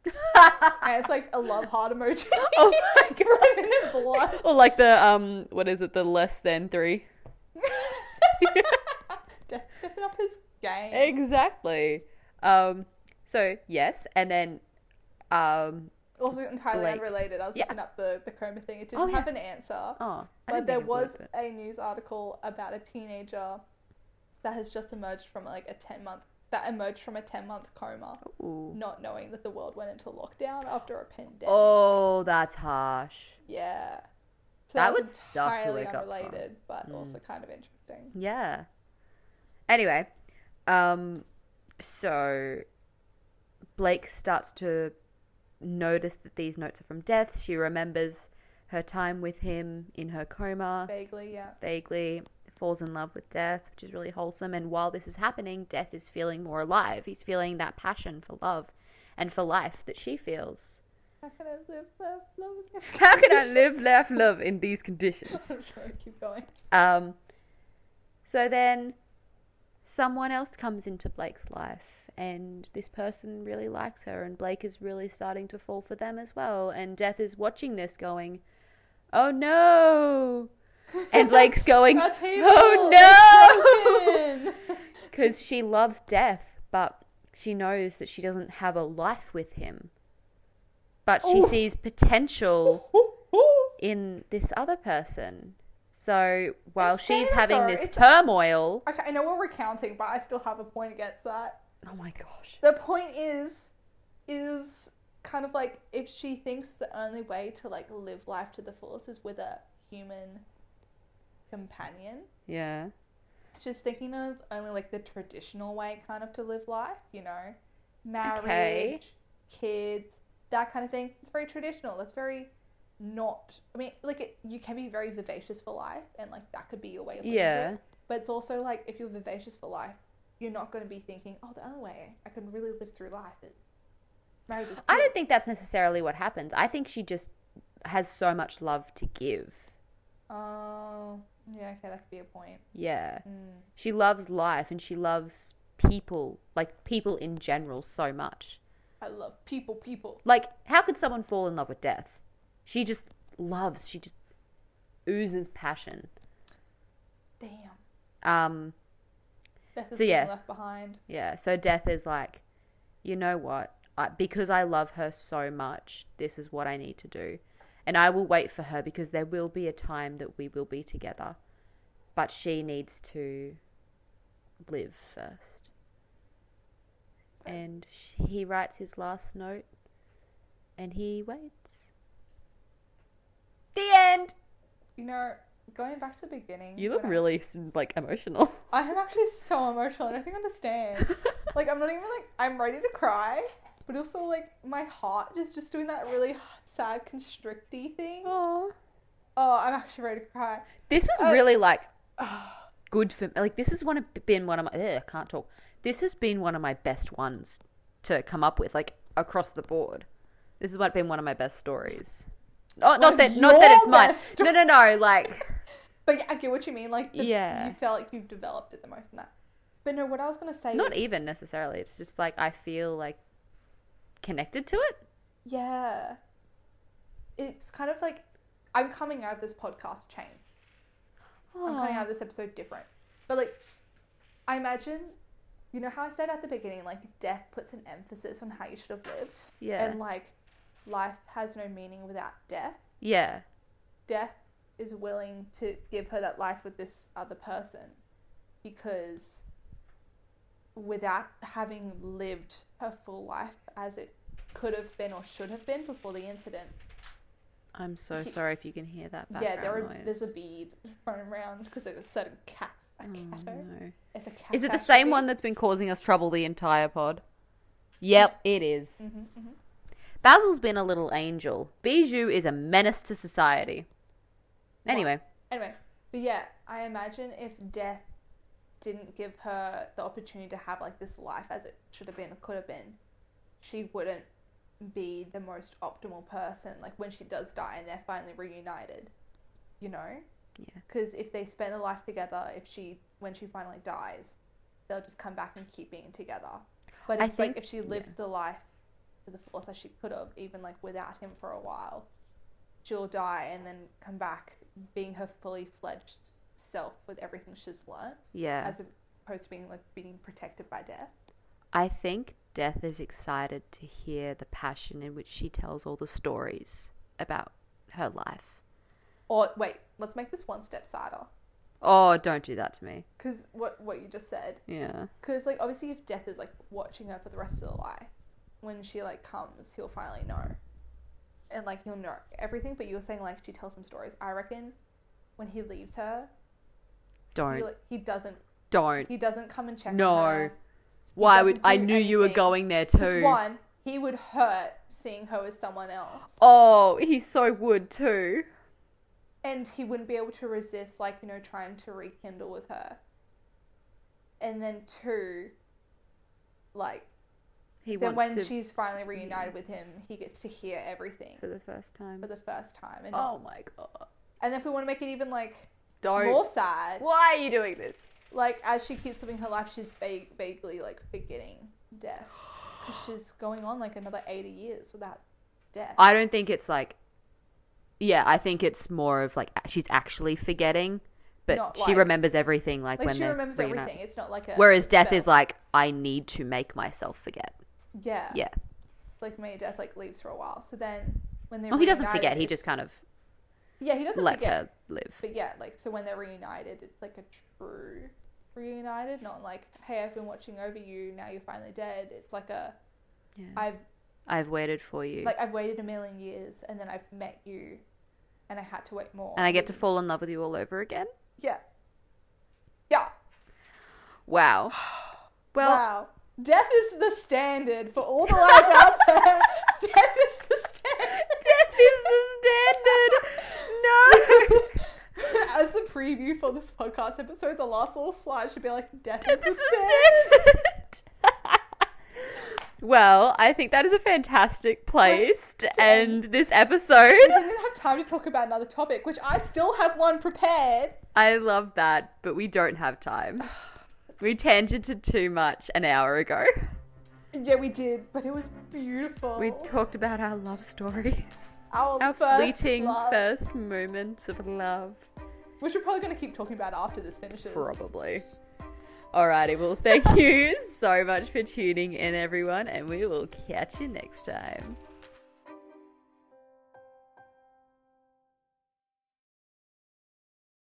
Speaker 2: and it's like a love heart emoji.
Speaker 1: Oh my
Speaker 2: Written in blood.
Speaker 1: Or like the um, what is it? The less than three.
Speaker 2: Death's stepping up his game.
Speaker 1: Exactly. Um, so yes, and then um,
Speaker 2: Also entirely
Speaker 1: Blake.
Speaker 2: unrelated. I was
Speaker 1: Yeah.
Speaker 2: looking up the, the coma thing. It
Speaker 1: Oh,
Speaker 2: didn't
Speaker 1: yeah.
Speaker 2: have an answer.
Speaker 1: oh, I
Speaker 2: but
Speaker 1: didn't
Speaker 2: there
Speaker 1: think it would,
Speaker 2: was
Speaker 1: but-
Speaker 2: a news article about a teenager that has just emerged from like a 10 month that emerged from a 10 month coma
Speaker 1: Ooh.
Speaker 2: not knowing that the world went into lockdown after a pandemic
Speaker 1: Oh, that's harsh.
Speaker 2: yeah so
Speaker 1: That
Speaker 2: was
Speaker 1: would suck to
Speaker 2: entirely
Speaker 1: wake up from. Mm.
Speaker 2: unrelated but also kind of interesting
Speaker 1: Yeah. Anyway, um, so Blake starts to notice that these notes are from Death. She remembers her time with him in her coma.
Speaker 2: vaguely yeah
Speaker 1: vaguely falls in love with death, which is really wholesome. And while this is happening, death is feeling more alive. He's feeling that passion for love and for life that she feels.
Speaker 2: how can i live love, love in this
Speaker 1: How can I
Speaker 2: condition?
Speaker 1: live, laugh, love in these conditions?
Speaker 2: Sorry, keep going
Speaker 1: Um, so then someone else comes into Blake's life, and this person really likes her, and Blake is really starting to fall for them as well. And Death is watching this going, Oh no! And Blake's going,
Speaker 2: Our table
Speaker 1: Oh no!
Speaker 2: is broken!
Speaker 1: Because she loves death, but she knows that she doesn't have a life with him. But she
Speaker 2: Ooh.
Speaker 1: sees potential
Speaker 2: Ooh, ooh.
Speaker 1: in this other person. So while
Speaker 2: It's sad
Speaker 1: she's having
Speaker 2: though,
Speaker 1: this
Speaker 2: it's-
Speaker 1: turmoil,
Speaker 2: okay i know we're recounting but i still have a point against that
Speaker 1: oh my gosh,
Speaker 2: the point is is kind of like if she thinks the only way to like live life to the fullest is with a human companion
Speaker 1: yeah,
Speaker 2: she's thinking of only like the traditional way kind of to live life you know marriage
Speaker 1: Okay.
Speaker 2: kids that kind of thing it's very traditional that's very not i mean like it, you can be very vivacious for life and like that could be your way of living
Speaker 1: yeah,
Speaker 2: but it's also like if you're vivacious for life, you're not going to be thinking, oh, the only way I can really live through life is married with
Speaker 1: I don't
Speaker 2: kids."
Speaker 1: think that's necessarily what happens. I think she just has so much love to give.
Speaker 2: Oh, yeah, okay, that could be a point.
Speaker 1: Yeah,
Speaker 2: Mm.
Speaker 1: she loves life and she loves people, like people in general, so much.
Speaker 2: I love people, people.
Speaker 1: Like, how could someone fall in love with death? She just loves. She just oozes passion.
Speaker 2: Damn,
Speaker 1: Um,
Speaker 2: Beth is
Speaker 1: So,
Speaker 2: being
Speaker 1: yeah.
Speaker 2: left behind.
Speaker 1: Yeah, so death is like, you know what? I, because I love her so much, this is what I need to do. And I will wait for her because there will be a time that we will be together. But she needs to live first. And sh- he writes his last note and he waits. The end!
Speaker 2: You know, going back to the beginning.
Speaker 1: You look
Speaker 2: when I-
Speaker 1: really like emotional.
Speaker 2: I am actually so emotional. I don't think I understand. like, I'm not even like, I'm ready to cry, but also like my heart is just doing that really sad, constricty thing.
Speaker 1: Aww.
Speaker 2: Oh, I'm actually ready to cry.
Speaker 1: This was
Speaker 2: Uh,
Speaker 1: really like good for me. Like this has one of, been one of my. Ugh, I can't talk. This has been one of my best ones to come up with, like across the board. This has what been one of my best stories. Oh, not
Speaker 2: of
Speaker 1: that, not that
Speaker 2: your
Speaker 1: it's mine.
Speaker 2: best
Speaker 1: No, no, no. Like,
Speaker 2: But yeah, I get what you mean. Like, the,
Speaker 1: Yeah.
Speaker 2: you felt like you've developed it the most in that. But no, what I was gonna say,
Speaker 1: not
Speaker 2: is-
Speaker 1: even necessarily. It's just like I feel like connected to it.
Speaker 2: Yeah, it's kind of like I'm coming out of this podcast chain. I'm coming out of this episode different. But like, I imagine, you know how I said at the beginning, like death puts an emphasis on how you should have lived,
Speaker 1: Yeah,
Speaker 2: and like life has no meaning without death.
Speaker 1: yeah,
Speaker 2: death is willing to give her that life with this other person because without having lived her full life as it could have been or should have been before the incident
Speaker 1: I'm so
Speaker 2: He-
Speaker 1: sorry if you can hear that background
Speaker 2: yeah there are,
Speaker 1: noise.
Speaker 2: there's a bead thrown around because there's a certain cat a
Speaker 1: Oh,
Speaker 2: cato
Speaker 1: no.
Speaker 2: it's a cat
Speaker 1: Is it the same one that's been causing us trouble the entire pod? Yep, it is.
Speaker 2: mm-hmm, hmm
Speaker 1: Basil's been a little angel. Bijou is a menace to society. Anyway,
Speaker 2: Anyway, but yeah, I imagine if death didn't give her the opportunity to have like this life as it should have been or could have been, she wouldn't be the most optimal person. Like when she does die and they're finally reunited, you know?
Speaker 1: Yeah.
Speaker 2: Because if they spend their life together, if she when she finally dies, they'll just come back and keep being together. But
Speaker 1: I
Speaker 2: it's like
Speaker 1: think-
Speaker 2: if she lived the life to the force as she could have, even like without him for a while. She'll die and then come back being her fully fledged self with everything she's learned,
Speaker 1: Yeah.
Speaker 2: as opposed to being like being protected by death.
Speaker 1: I think Death is excited to hear the passion in which she tells all the stories about her life.
Speaker 2: Or wait, let's make this one step sadder.
Speaker 1: Oh, don't do that to me.
Speaker 2: Because what what you just said,
Speaker 1: Yeah.
Speaker 2: because like obviously if death is like watching her for the rest of her life, when she like comes, he'll finally know, and like he'll know everything. But you were saying like she tells some stories. I reckon when he leaves her,
Speaker 1: Don't.
Speaker 2: he, like, he doesn't
Speaker 1: don't.
Speaker 2: he doesn't come and check. on
Speaker 1: No.
Speaker 2: her.
Speaker 1: Why would
Speaker 2: doesn't
Speaker 1: I
Speaker 2: do
Speaker 1: knew you were
Speaker 2: anything.
Speaker 1: going there
Speaker 2: 'Cause
Speaker 1: too.
Speaker 2: one, he would hurt seeing her as someone else,
Speaker 1: Oh, he so would too.
Speaker 2: and he wouldn't be able to resist like you know trying to rekindle with her. And then two, like
Speaker 1: He
Speaker 2: then
Speaker 1: wants
Speaker 2: when
Speaker 1: to
Speaker 2: she's finally reunited with him, he gets to hear everything
Speaker 1: for the first time.
Speaker 2: for the first time. And,
Speaker 1: Oh my god.
Speaker 2: and if we want to make it even like
Speaker 1: Don't.
Speaker 2: more sad,
Speaker 1: Why are you doing this?
Speaker 2: like as she keeps living her life, she's va- vaguely like forgetting death because she's going on like another eighty years without death.
Speaker 1: I don't think it's like. Yeah, I think it's more of like a- she's actually forgetting, but
Speaker 2: Not
Speaker 1: she
Speaker 2: like-
Speaker 1: remembers everything. Like,
Speaker 2: like
Speaker 1: when
Speaker 2: she
Speaker 1: they're
Speaker 2: remembers
Speaker 1: reunited.
Speaker 2: everything. It's not like a
Speaker 1: Whereas death
Speaker 2: spell.
Speaker 1: is like, I need to make myself forget.
Speaker 2: yeah
Speaker 1: Yeah.
Speaker 2: like May Death like leaves for a while. So then when they're
Speaker 1: Oh, he doesn't
Speaker 2: reunited,
Speaker 1: forget. He
Speaker 2: it's-
Speaker 1: just kind of
Speaker 2: yeah he doesn't
Speaker 1: lets
Speaker 2: forget.
Speaker 1: her live.
Speaker 2: But yeah, like so when they're reunited, it's like a true reunited, not like hey I've been watching over you now you're finally dead. It's like a
Speaker 1: Yeah.
Speaker 2: I've
Speaker 1: I've waited for you,
Speaker 2: like I've waited a million years and then I've met you, and I had to wait more.
Speaker 1: and I get to fall in love with you all over again.
Speaker 2: yeah, yeah.
Speaker 1: Wow. Well,
Speaker 2: wow, death is the standard for all the lads out there. Death is the standard.
Speaker 1: death is the standard. No,
Speaker 2: As the preview for this podcast episode, the last little slide should be like death,
Speaker 1: death is
Speaker 2: is the
Speaker 1: the
Speaker 2: standard.
Speaker 1: standard. well, I think that is a fantastic place to end this episode.
Speaker 2: We didn't have time to talk about another topic, which I still have one prepared.
Speaker 1: I love that, but we don't have time. We tangented too much an hour ago.
Speaker 2: Yeah, we did, but it was beautiful.
Speaker 1: We talked about our love stories,
Speaker 2: our,
Speaker 1: our
Speaker 2: first
Speaker 1: fleeting
Speaker 2: love,
Speaker 1: first moments of love.
Speaker 2: which we're probably going to keep talking about after this finishes.
Speaker 1: Probably. Alrighty, well, thank you so much for tuning in, everyone, and we will catch you next time.